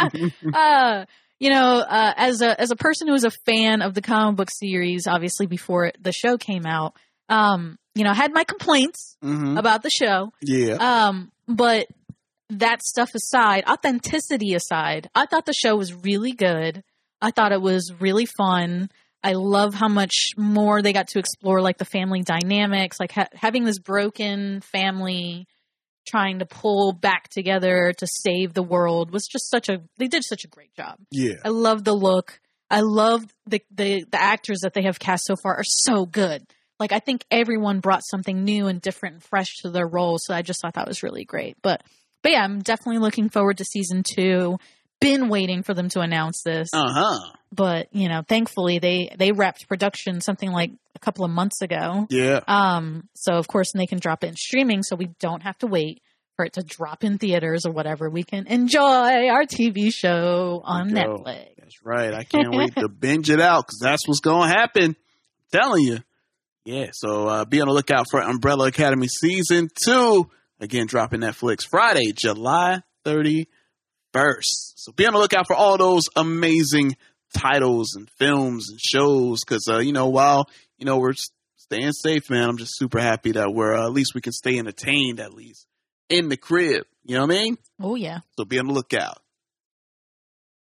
uh, you know, uh, as a as a person who was a fan of the comic book series, obviously before it, the show came out, um, you know, I had my complaints Mm-hmm. Mhm. about the show. Yeah. Um, but that stuff aside, authenticity aside, I thought the show was really good. I thought it was really fun. I love how much more they got to explore, like the family dynamics, like ha- having this broken family trying to pull back together to save the world was just such a. They did such a great job. Yeah. I love the look. I love the, the the actors that they have cast so far are so good. Like I think everyone brought something new and different and fresh to their role, so I just thought that was really great. But but yeah, I'm definitely looking forward to season 2. Been waiting for them to announce this. Uh-huh. But, you know, thankfully they they wrapped production something like a couple of months ago. Yeah. Um so of course and they can drop it in streaming so we don't have to wait for it to drop in theaters or whatever. We can enjoy our TV show on Yo, Netflix. That's right. I can't wait to binge it out because that's what's going to happen. I'm telling you. Yeah. So uh, be on the lookout for Umbrella Academy season two. Again, dropping Netflix Friday, July 31st. So be on the lookout for all those amazing titles and films and shows because, uh, you know, while, you know, we're s- staying safe, man, I'm just super happy that we're uh, at least we can stay entertained at least in the crib. You know what I mean? Oh yeah. So be on the lookout.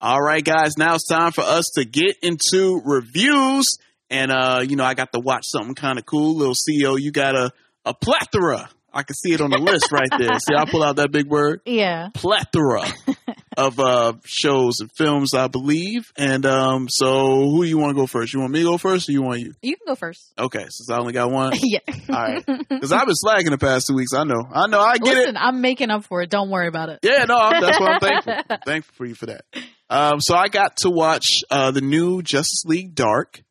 All right, guys, now it's time for us to get into reviews. And, uh, you know, I got to watch something kind of cool. Little CEO, you got a, a plethora. I can see it on the list right there. See, I pull out that big word Yeah. plethora of uh, shows and films, I believe. And um, so, who you want to go first? You want me to go first or you want you? You can go first. Okay, since I only got one. yeah. All right. Because I've been slacking the past two weeks. I know. I know. I get it. Listen, I'm making up for it. Don't worry about it. Yeah, no, I'm, that's what I'm thankful. I'm thankful for you for that. Um, so I got to watch uh, the new Justice League Dark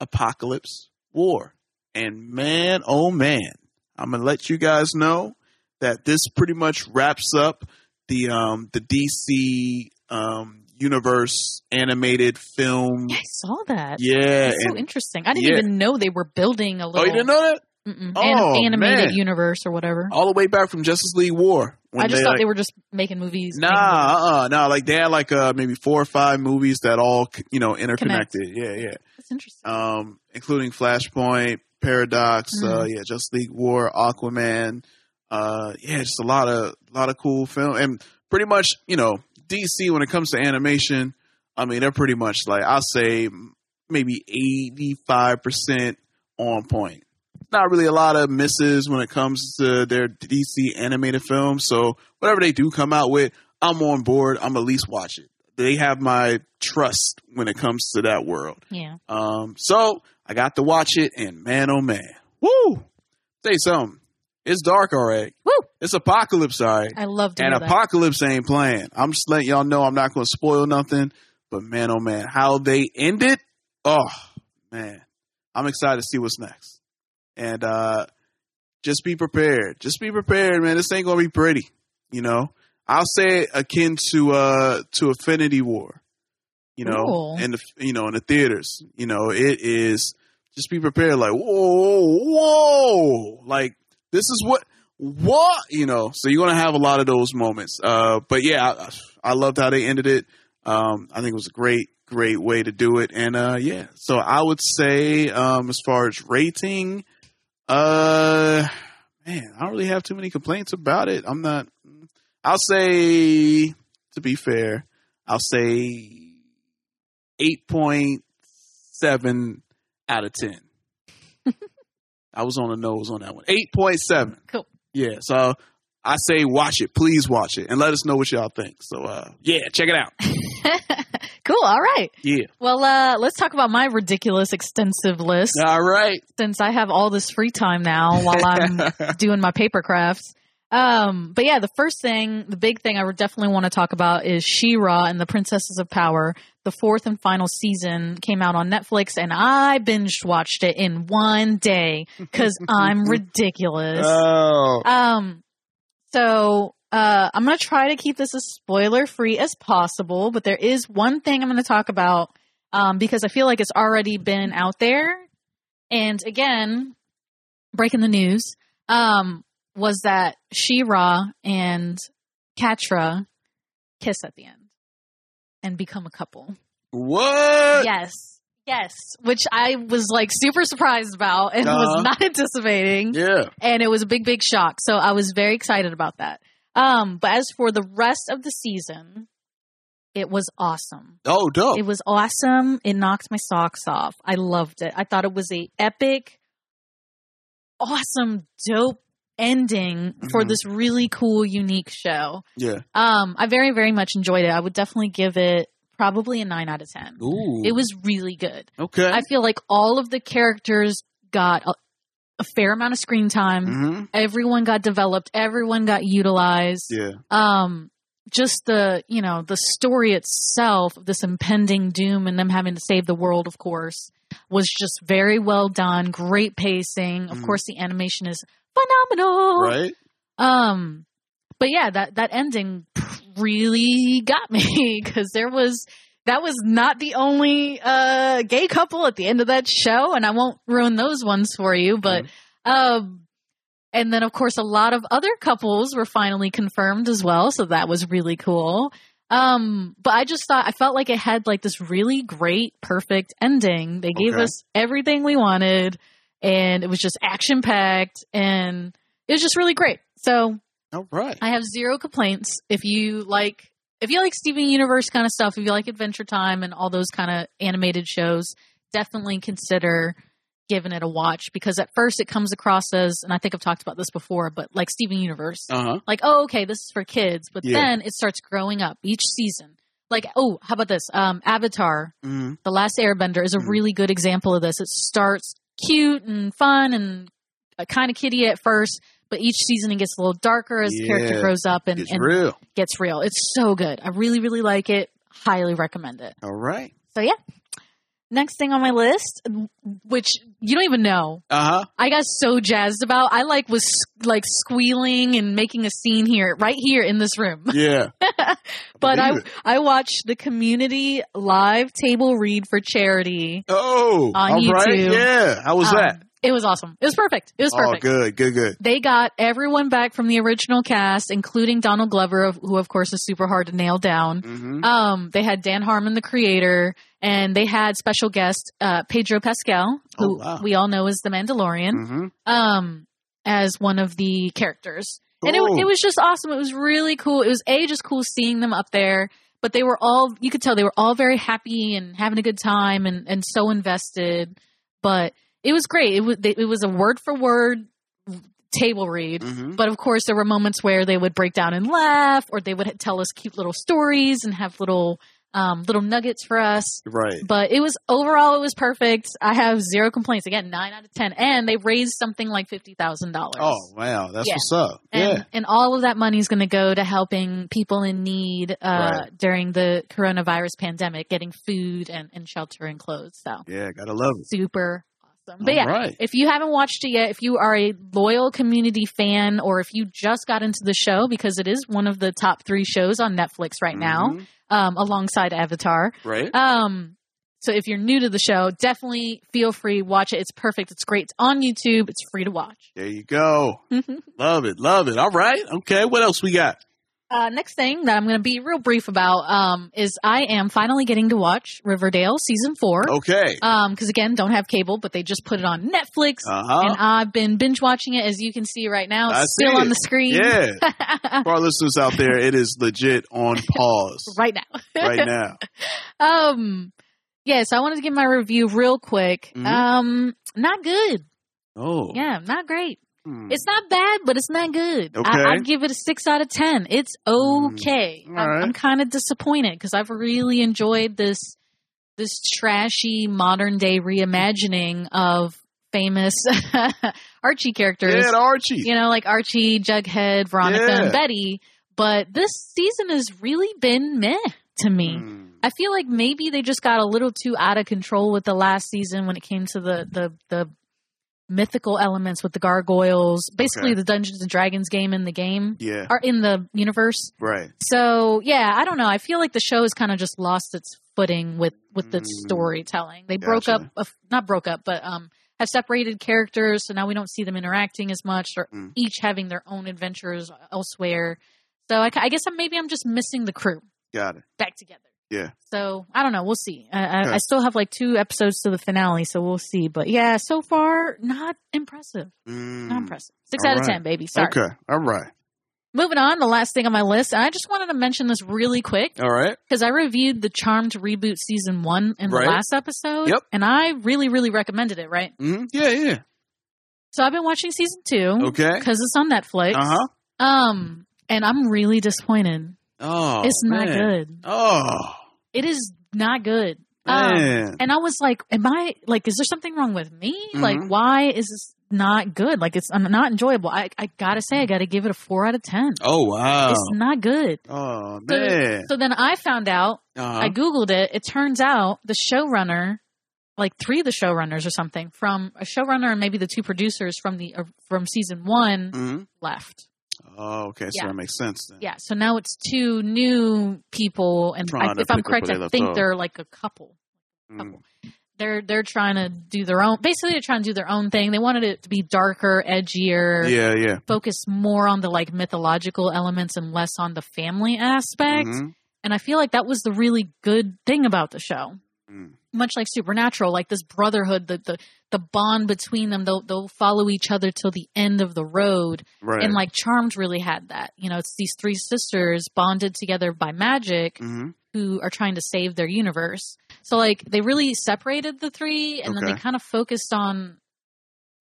Apocalypse War, and man, oh man, I'm gonna let you guys know that this pretty much wraps up the um, the DC um, universe animated film. I saw that. Yeah, That's so and- interesting. I didn't yeah. even know they were building a little. Oh, you didn't know that? Mm-mm. Oh, An- animated man. universe or whatever. All the way back from Justice League War. when I just thought like- they were just making movies. Nah, uh, uh nah. Like they had like uh maybe four or five movies that all you know interconnected. Yeah, yeah. That's interesting. Um, including Flashpoint, Paradox, uh, Mhm. yeah, Just League War, Aquaman. Uh, yeah, just a lot of lot of cool film and pretty much you know DC when it comes to animation. I mean, they're pretty much like I'll say maybe eighty five percent on point. Not really a lot of misses when it comes to their DC animated films. So whatever they do come out with, I'm on board. I'm at least watch it. They have my trust when it comes to that world. Yeah. Um, so I got to watch it, and man, oh man, woo! Say something. It's dark, all right. Woo! It's apocalypse, all right. I love to And hear that. apocalypse ain't playing. I'm just letting y'all know I'm not going to spoil nothing. But man, oh man, how they end it. Oh man, I'm excited to see what's next. And uh just be prepared. Just be prepared, man. This ain't going to be pretty. You know, I'll say it akin to uh to Affinity War. You know, Cool. and the you know in the theaters. You know, it is just be prepared. Like whoa, whoa, like this is what what you know. So you're gonna have a lot of those moments. Uh, but yeah, I, I loved how they ended it. Um, I think it was a great, great way to do it. And uh, yeah, so I would say um, as far as rating, uh, man, I don't really have too many complaints about it. I'm not. I'll say, to be fair, I'll say eight point seven out of ten. I was on the nose on that one. Eight point seven. Cool. Yeah. So I say watch it. Please watch it and let us know what y'all think. So uh yeah, check it out. Cool. All right. Yeah. Well, uh, let's talk about my ridiculous extensive list. All right. Since I have all this free time now while I'm doing my paper crafts. Um, but yeah, the first thing, the big thing I would definitely want to talk about is She-Ra and the Princesses of Power. The fourth and final season came out on Netflix and I binge watched it in one day because I'm ridiculous. Oh. Um, so uh, I'm going to try to keep this as spoiler free as possible, but there is one thing I'm going to talk about um, because I feel like it's already been out there. And again, breaking the news um, was that She Ra and Katra kiss at the end and become a couple. What? Yes. Yes. Which I was like super surprised about and Uh-huh. was not anticipating Yeah. and it was a big big shock so i was very excited about that um but as for the rest of the season it was awesome Oh, dope. it was awesome it knocked my socks off i loved it i thought it was a epic awesome dope ending Mm-hmm. for Mhm. this really cool unique show Yeah. um i very very much enjoyed it i would definitely give it probably a 9 out of 10 Ooh. it was really good Okay. I feel like all of the characters got a, a fair amount of screen time. Mhm. Everyone got developed. Everyone got utilized. Yeah. Um, just the you know the story itself, this impending doom and them having to save the world, of course, was just very well done. Great pacing. Of Mhm. course, the animation is phenomenal. Mm. Right? Um, but yeah, that that ending really got me because there was that was not the only uh gay couple at the end of that show, and I won't ruin those ones for you, but um. And then, of course, a lot of other couples were finally confirmed as well, so that was really cool. Um, but I just thought I felt like it had like this really great, perfect ending. They gave Okay. us everything we wanted, and it was just action packed, and it was just really great. So, all right, I have zero complaints. If you like, if you like Steven Universe kind of stuff, if you like Adventure Time and all those kind of animated shows, definitely consider giving it a watch because at first it comes across as, and I think I've talked about this before, but like Steven Universe, Uh-huh. like oh okay, this is for kids, but Yeah. then it starts growing up each season. Like oh, how about this? Um, Avatar Mm-hmm. the Last Airbender Hmm. is a really good example of this. It starts cute and fun and kind of kiddie at first, but each season it gets a little darker as the character Yeah. grows up and Gets and real. gets real. It's so good. I really, really like it. Highly recommend it. All right. So yeah, Next thing on my list, which you don't even know, Uh huh. I got so jazzed about. I like was like squealing and making a scene here, right here in this room. Yeah. but I believe it. I watched the community live table read for charity. Oh, On all right. YouTube. Yeah. How was Um, that? It was awesome. It was perfect. It was Oh, perfect. good, good, good. They got everyone back from the original cast, including Donald Glover, of- who of course is super hard to nail down. Mhm. Um, they had Dan Harmon, the creator, and they had special guest uh, Pedro Pascal, Oh, who we all know is the Mandalorian, Mm-hmm. um, as one of the characters. And it, Cool. it was just awesome. It was really cool. It was a just cool seeing them up there, but they were all you could tell they were all very happy and having a good time and and so invested. But it was great. It was it was a word for word table read. But of course, there were moments where they would break down and laugh, or they would tell us cute little stories and have little um, little nuggets for us. Right. But it was overall, it was perfect. I have zero complaints. Again, nine out of ten, and they raised something like fifty thousand dollars. Oh, wow. That's Yeah. what's up. And, yeah. and all of that money is going to go to helping people in need uh, Right. during the coronavirus pandemic, getting food and, and shelter and clothes. So Yeah. Gotta love it. super awesome. But yeah, Alright. if you haven't watched it yet, if you are a loyal community fan, or if you just got into the show because it is one of the top three shows on Netflix right now, Mm-hmm. um, alongside Avatar. Right. Um, so if you're new to the show, definitely feel free watch it. It's perfect. It's great. It's on YouTube. It's free to watch. There you go. love it. Love it. All right. Okay. What else we got? Uh, next thing that I'm going to be real brief about um, is I am finally getting to watch Riverdale season four. Okay. Um, because again, don't have cable, but they just put it on Netflix, Uh-huh. and I've been binge watching it as you can see right now. It's I see still on it. the screen. Yeah. For our listeners out there, it is legit on pause right now. right now. um, yeah. So I wanted to give my review real quick. Mhm. Um, not good. Oh. Yeah, not great. Hmm. It's not bad, but it's not good. Okay. I, I'd give it a six out of ten. It's okay. I'm, I'm kind of disappointed because I've really enjoyed this this trashy modern day reimagining of famous Archie characters. Yeah, the Archie. You know, like Archie, Jughead, Veronica, Yeah. and Betty. But this season has really been meh to me. Hmm. I feel like maybe they just got a little too out of control with the last season when it came to the the the mythical elements with the gargoyles, basically Okay. the Dungeons and Dragons game in the game, Yeah. or in the universe. Right. So yeah, I don't know. I feel like the show has kind of just lost its footing with with the storytelling. They broke up, Mm. Gotcha. uh, not broke up, but um, have separated characters. So now we don't see them interacting as much, or Mm. each having their own adventures elsewhere. So I, I guess I'm, maybe I'm just missing the crew Got it. back together. Yeah. So I don't know. We'll see. I, I, Okay. I still have like two episodes to the finale, so we'll see. But yeah, so far not impressive. Not impressive. Six Hmm. All out of right. ten, baby. Sorry. Mm. Okay. All right. Moving on, the last thing on my list, and I just wanted to mention this really quick All right. because I reviewed the Charmed reboot season one in Right. the last episode, Yep. and I really, really recommended it. Right. Mhm. Yeah. Yeah. So I've been watching season two, Okay. because it's on Netflix. Uh huh. Um, and I'm really disappointed. Oh. It's not man. good. Oh. It is not good. Um, Man. and I was like, "Am I like? Is there something wrong with me? Mhm. Like, why is this not good? Like, it's I'm not enjoyable. I I gotta say, I gotta give it a four out of ten. Oh wow. It's not good. Oh So, man. so then I found out. Uh-huh. I googled it. It turns out the showrunner, like three of the showrunners or something, from a showrunner and maybe the two producers from the uh, from season one Mhm. left. Oh, okay. So Yeah. that makes sense then. Yeah. So now it's two new people, and Trying I, to if I'm pick up correct, where they I left think off. they're like a couple. Mm. They're they're trying to do their own. Basically, they're trying to do their own thing. They wanted it to be darker, edgier. Yeah. Yeah. Focus more on the like mythological elements and less on the family aspect. Mhm. And I feel like that was the really good thing about the show. Hmm. Much like Supernatural, like this brotherhood, the the, the bond between them, they'll, they'll follow each other till the end of the road. Right. And like Charmed really had that. You know, it's these three sisters bonded together by magic Mm-hmm. who are trying to save their universe. So like they really separated the three and then Okay. they kind of focused on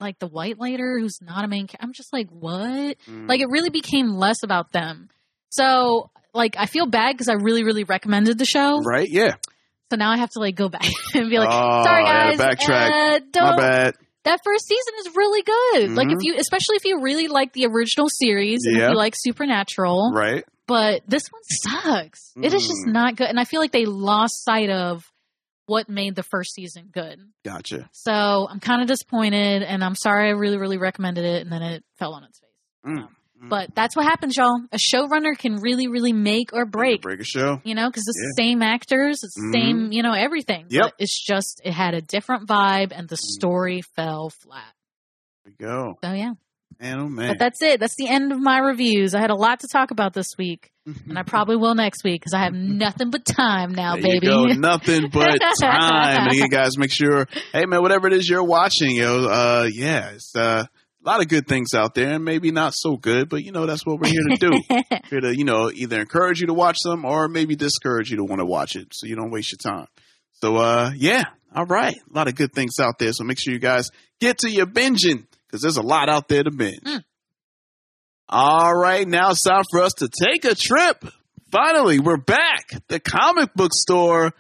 like the white later who's not a main ca- I'm just like what? Mm-hmm. Mm. Like it really became less about them. So like I feel bad cuz I really really recommended the show. Right. Yeah. So now I have to like go back and be like oh, sorry I guys. gotta backtrack. uh, My don't- bad. That first season is really good. Like if Mhm. you especially if you really like the original series and Yeah. if you like Supernatural Right. Mm. but this one sucks. It is just not good. And I feel like they lost sight of what made the first season good. Gotcha. So I'm kind of disappointed, and I'm sorry I really, really recommended it, and then it fell on its face. Mm. Um, But that's what happens, y'all. A showrunner can really, really make or break. Break a show. You know, because it's the Yeah. same actors, it's the Mhm. same, you know, everything. Yep. Mm. But it's just it had a different vibe, and the story fell flat. There you go. So yeah. Man, oh man. But that's it. That's the end of my reviews. I had a lot to talk about this week, Mm-hmm. and I probably will next week because I have nothing but time now, There baby. You go. Nothing but time. and you guys make sure, hey man, whatever it is you're watching, yo, uh, yeah, it's uh, a lot of good things out there, and maybe not so good, but you know that's what we're here to do. here to you know either encourage you to watch them or maybe discourage you to want to watch it, so you don't waste your time. So uh, yeah, all right, a lot of good things out there. So make sure you guys get to your binging because there's a lot out there to binge. All right, now it's time for us to take a trip. Finally, we're back. The comic book store.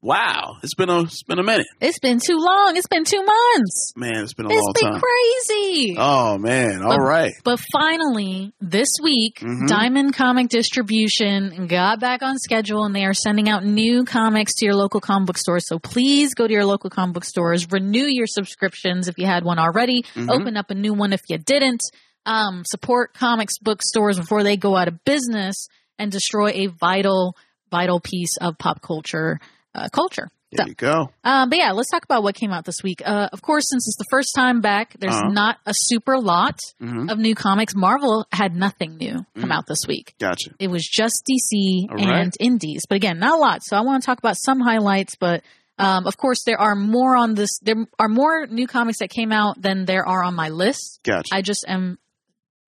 Wow, it's been a it's been a minute, It's been too long. It's been two months. man. It's been a long It's been time. crazy. Um, Oh man! All But- right. But finally, this week, Diamond Comic Distribution got back on schedule and they are sending out new comics to your local comic book stores. So please go to your local comic book stores, renew your subscriptions if you had one already, Mhm. open up a new one if you didn't, um, support comics book stores before they go out of business and destroy a vital, vital piece of pop culture. Uh, culture. There you go. Um, but yeah, let's talk about what came out this week. Uh, of course, since it's the first time back, there's Uh-huh. not a super lot Mhm. of new comics. Marvel had nothing new come Mm. out this week. Gotcha. It was just DC All and right. indies, but again, not a lot. So I want to talk about some highlights, but um, of course, there are more on this. There are more new comics that came out than there are on my list. Gotcha. I just am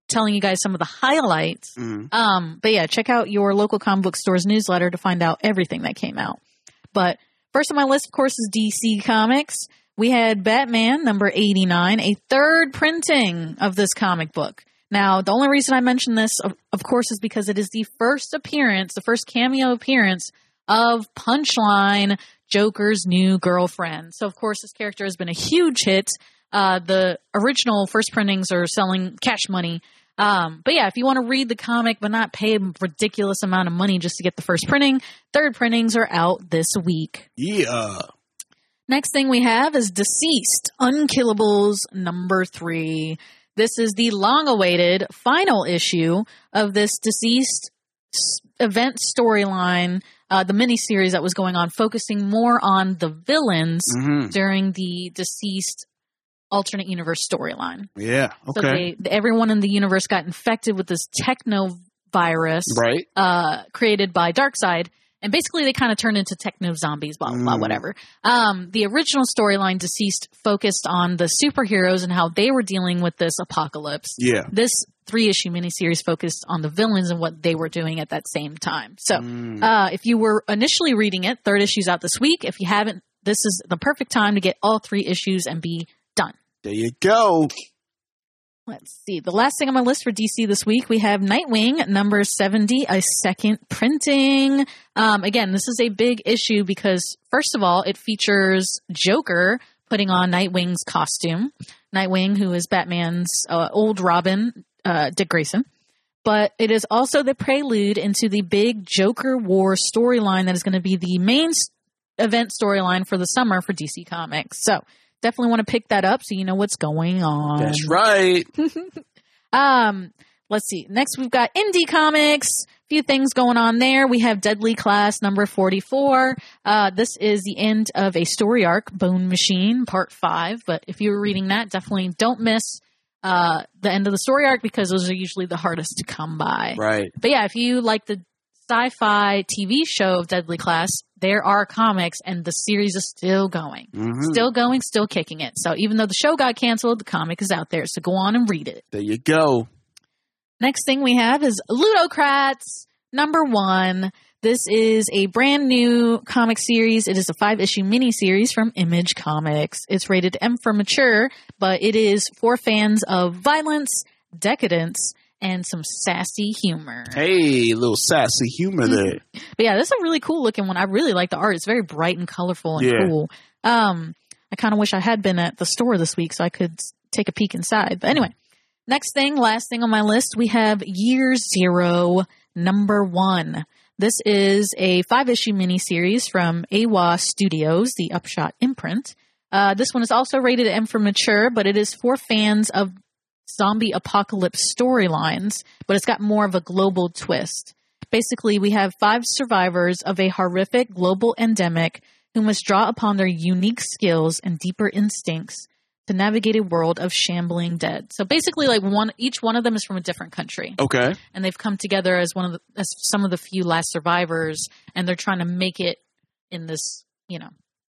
telling you guys some of the highlights. Mm. Um, but yeah, check out your local comic book store's newsletter to find out everything that came out. But first on my list, of course, is DC Comics. We had Batman number 89, a third printing of this comic book. Now, the only reason I mention this, of, of course, is because it is the first appearance, the first cameo appearance of Punchline, Joker's new girlfriend. So, of course, this character has been a huge hit. Uh, the original first printings are selling cash money. Um, but yeah, if you want to read the comic but not pay a ridiculous amount of money just to get the first printing, third printings are out this week. Yeah. Next thing we have is Deceased Unkillables number three. This is the long awaited final issue of this Deceased s- event storyline, uh, the miniseries that was going on, focusing more on the villains Mm. Mm-hmm. Mhm. during the Deceased alternate universe storyline. Yeah. Okay. So they, everyone in the universe got infected with this techno virus, Right. Uh, created by Darkseid, and basically they kind of turned into techno zombies, blah blah, blah Mm. whatever. Um, the original storyline, deceased, focused on the superheroes and how they were dealing with this apocalypse. Yeah. This three issue miniseries focused on the villains and what they were doing at that same time. So, uh, if you were initially reading it, third issue's out this week. If you haven't, this is the perfect time to get all three issues and be done. There you go. Let's see. The last thing on my list for DC this week, we have Nightwing number 70, a second printing. Um, again, this is a big issue because, first of all, it features Joker putting on Nightwing's costume. Nightwing, who is Batman's uh, old Robin, uh, Dick Grayson. But it is also the prelude into the big Joker War storyline that is going to be the main s- event storyline for the summer for DC Comics. So definitely want to pick that up so you know what's going on. That's right. Um, let's see. Next, we've got indie comics. A few things going on there. We have Deadly Class number 44. Uh, this is the end of a story arc, Bone Machine, part five. But if you were reading that, definitely don't miss uh, the end of the story arc because those are usually the hardest to come by. Right. But yeah, if you like the sci fi TV show of Deadly Class, there are comics and the series is still going. Mhm. Still going, still kicking it. So even though the show got canceled, the comic is out there. So go on and read it. There you go. Next thing we have is Ludocrats number one. This is a brand new comic series. It is a five issue mini series from Image Comics. It's rated M for mature, but it is for fans of violence, decadence, and some sassy humor. Hey, little sassy Mm-hmm. humor there. But yeah, this is a really cool looking one. I really like the art. It's very bright and colorful and Yeah. cool. Um, I kind of wish I had been at the store this week so I could s- take a peek inside. But anyway, next thing, last thing on my list, we have Year Zero, number one. This is a five issue miniseries from AWA Studios, the Upshot imprint. Uh, this one is also rated M for mature, but it is for fans of zombie apocalypse storylines, but it's got more of a global twist. Basically, we have five survivors of a horrific global endemic who must draw upon their unique skills and deeper instincts to navigate a world of shambling dead. So basically, like one, each one of them is from a different country Okay. and they've come together as one of the, as some of the few last survivors, and they're trying to make it in this you know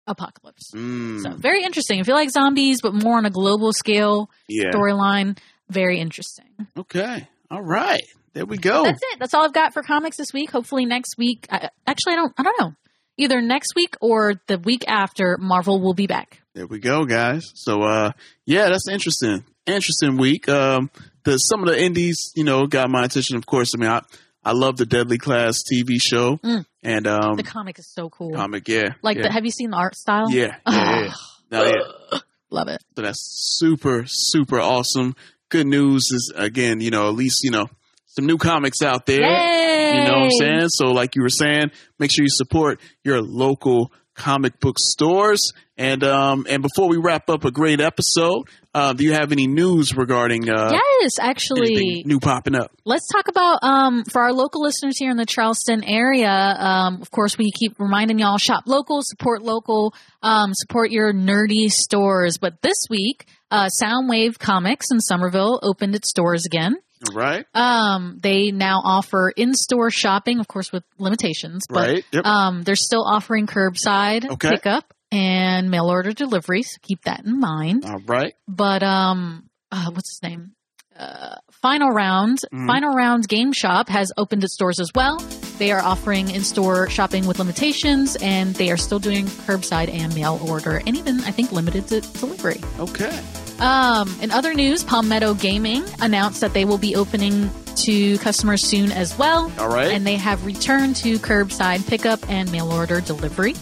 apocalypse. Mm. So Hmm. very interesting. If you like zombies, but more on a global scale Yeah. storyline, very interesting. Okay. All right. There we go. That's it. That's all I've got for comics this week. Hopefully next week. I, actually, I don't. I don't know. Either next week or the week after, Marvel will be back. There we go, guys. So uh yeah, that's interesting. Interesting week. Um the some of the indies, you know, got my attention, of course. I mean, I I love the Deadly Class TV show Mm. and um the comic is so cool. comic, yeah. like, yeah. the, Ah. have you seen the art style? Yeah, yeah, yeah. No, yeah. Love it. So that's super, super awesome. Good news is again, you know, at least, you know, some new comics out there. You know what I'm Yay! saying? So like you were saying, make sure you support your local comic book stores. And um and before we wrap up a great episode, uh, do you have any news regarding uh yes, actually. anything new popping up? Let's talk about um, for our local listeners here in the Charleston area. Um, of course, we keep reminding y'all shop local, support local, um, support your nerdy stores. But this week, uh, Soundwave Comics in Somerville opened its doors again. All right. Um, they now offer in-store shopping, of course, with limitations. But Right, yep. um, they're still offering curbside Okay. pickup and mail order delivery. So keep that in mind All right. but um uh, what's his name uh, final round final round game shop has opened its doors as well they are offering in-store shopping with limitations and they are still doing curbside and mail order and even i think limited to delivery Okay. um, in other news palmetto gaming announced that they will be opening to customers soon as well All right. and they have returned to curbside pickup and mail order delivery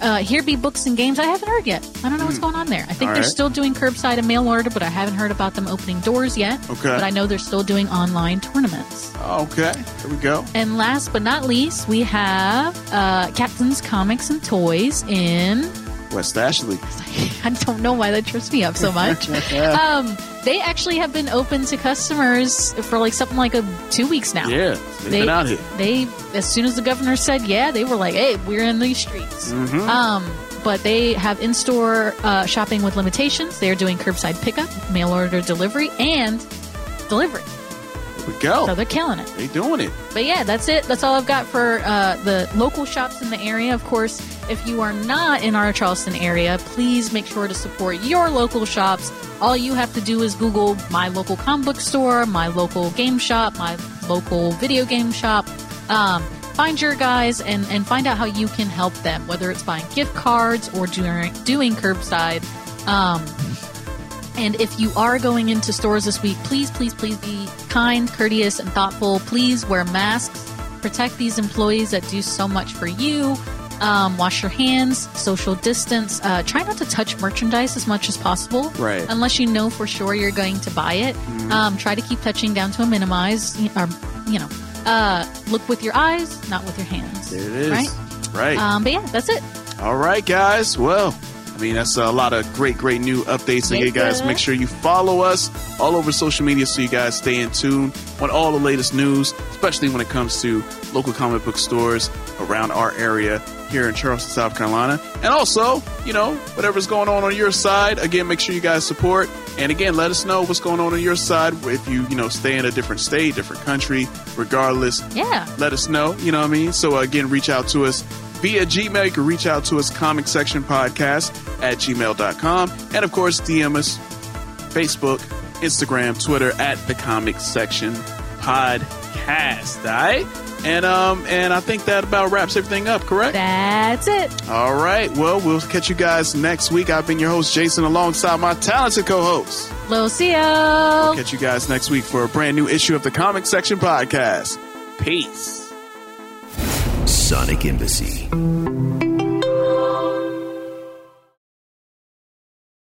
uh, here be books and games i haven't heard yet i don't know what's Hmm. going on there I think All they're right. still doing curbside and mail order, but I haven't heard about them opening doors yet. Okay. But I know they're still doing online tournaments. Okay. There we go. And last but not least, we have uh, Captain's Comics and Toys in. West Ashley. I don't know why that trips me up so much. um, they actually have been open to customers for like something like a two weeks now. Yeah. They've been out here. Oh. They, as soon as the governor said yeah, they were like, "Hey, we're in these streets." Mhm. Um, but they have in-store uh, shopping with limitations. They are doing curbside pickup, mail order delivery, and delivery. There we go. So they're killing it. They doing it. But yeah, that's it. That's all I've got for uh, the local shops in the area. Of course, if you are not in our Charleston area, please make sure to support your local shops. All you have to do is Google my local comic book store, my local game shop, my local video game shop. Um, find your guys and, and find out how you can help them, whether it's buying gift cards or doing, doing curbside. Um, and if you are going into stores this week, please, please, please be kind, courteous, and thoughtful. Please wear masks. Protect these employees that do so much for you. Um, wash your hands, social distance. Uh, try not to touch merchandise as much as possible. Right. Unless you know for sure you're going to buy it. Mm-hmm. Mhm. Um, try to keep touching down to a minimize, y- or, you know, uh, look with your eyes, not with your hands. There it is. Right? Right. Um, but yeah, that's it. All right, guys. Well, I mean, that's a lot of great, great new updates. And you guys, Yeah. make sure you follow us all over social media so you guys stay in tune on all the latest news, especially when it comes to local comic book stores around our area here in Charleston, South Carolina. And also, you know, whatever's going on on your side, again, make sure you guys support. And again, let us know what's going on on your side if you, you know, stay in a different state, different country, regardless Yeah. let us know. You know what I mean? So, uh, again, reach out to us via Gmail. You can reach out to us, comic section podcast at gmail.com. And of course, DM us Facebook, Instagram, Twitter at the comic section podcast. All right? And, um, and I think that about wraps everything up, correct? That's it. All right. Well, we'll catch you guys next week. I've been your host, Jason, alongside my talented co host. Lil Seal. Catch you guys next week for a brand new issue of the Comic Section Podcast. Peace. Sonic Embassy.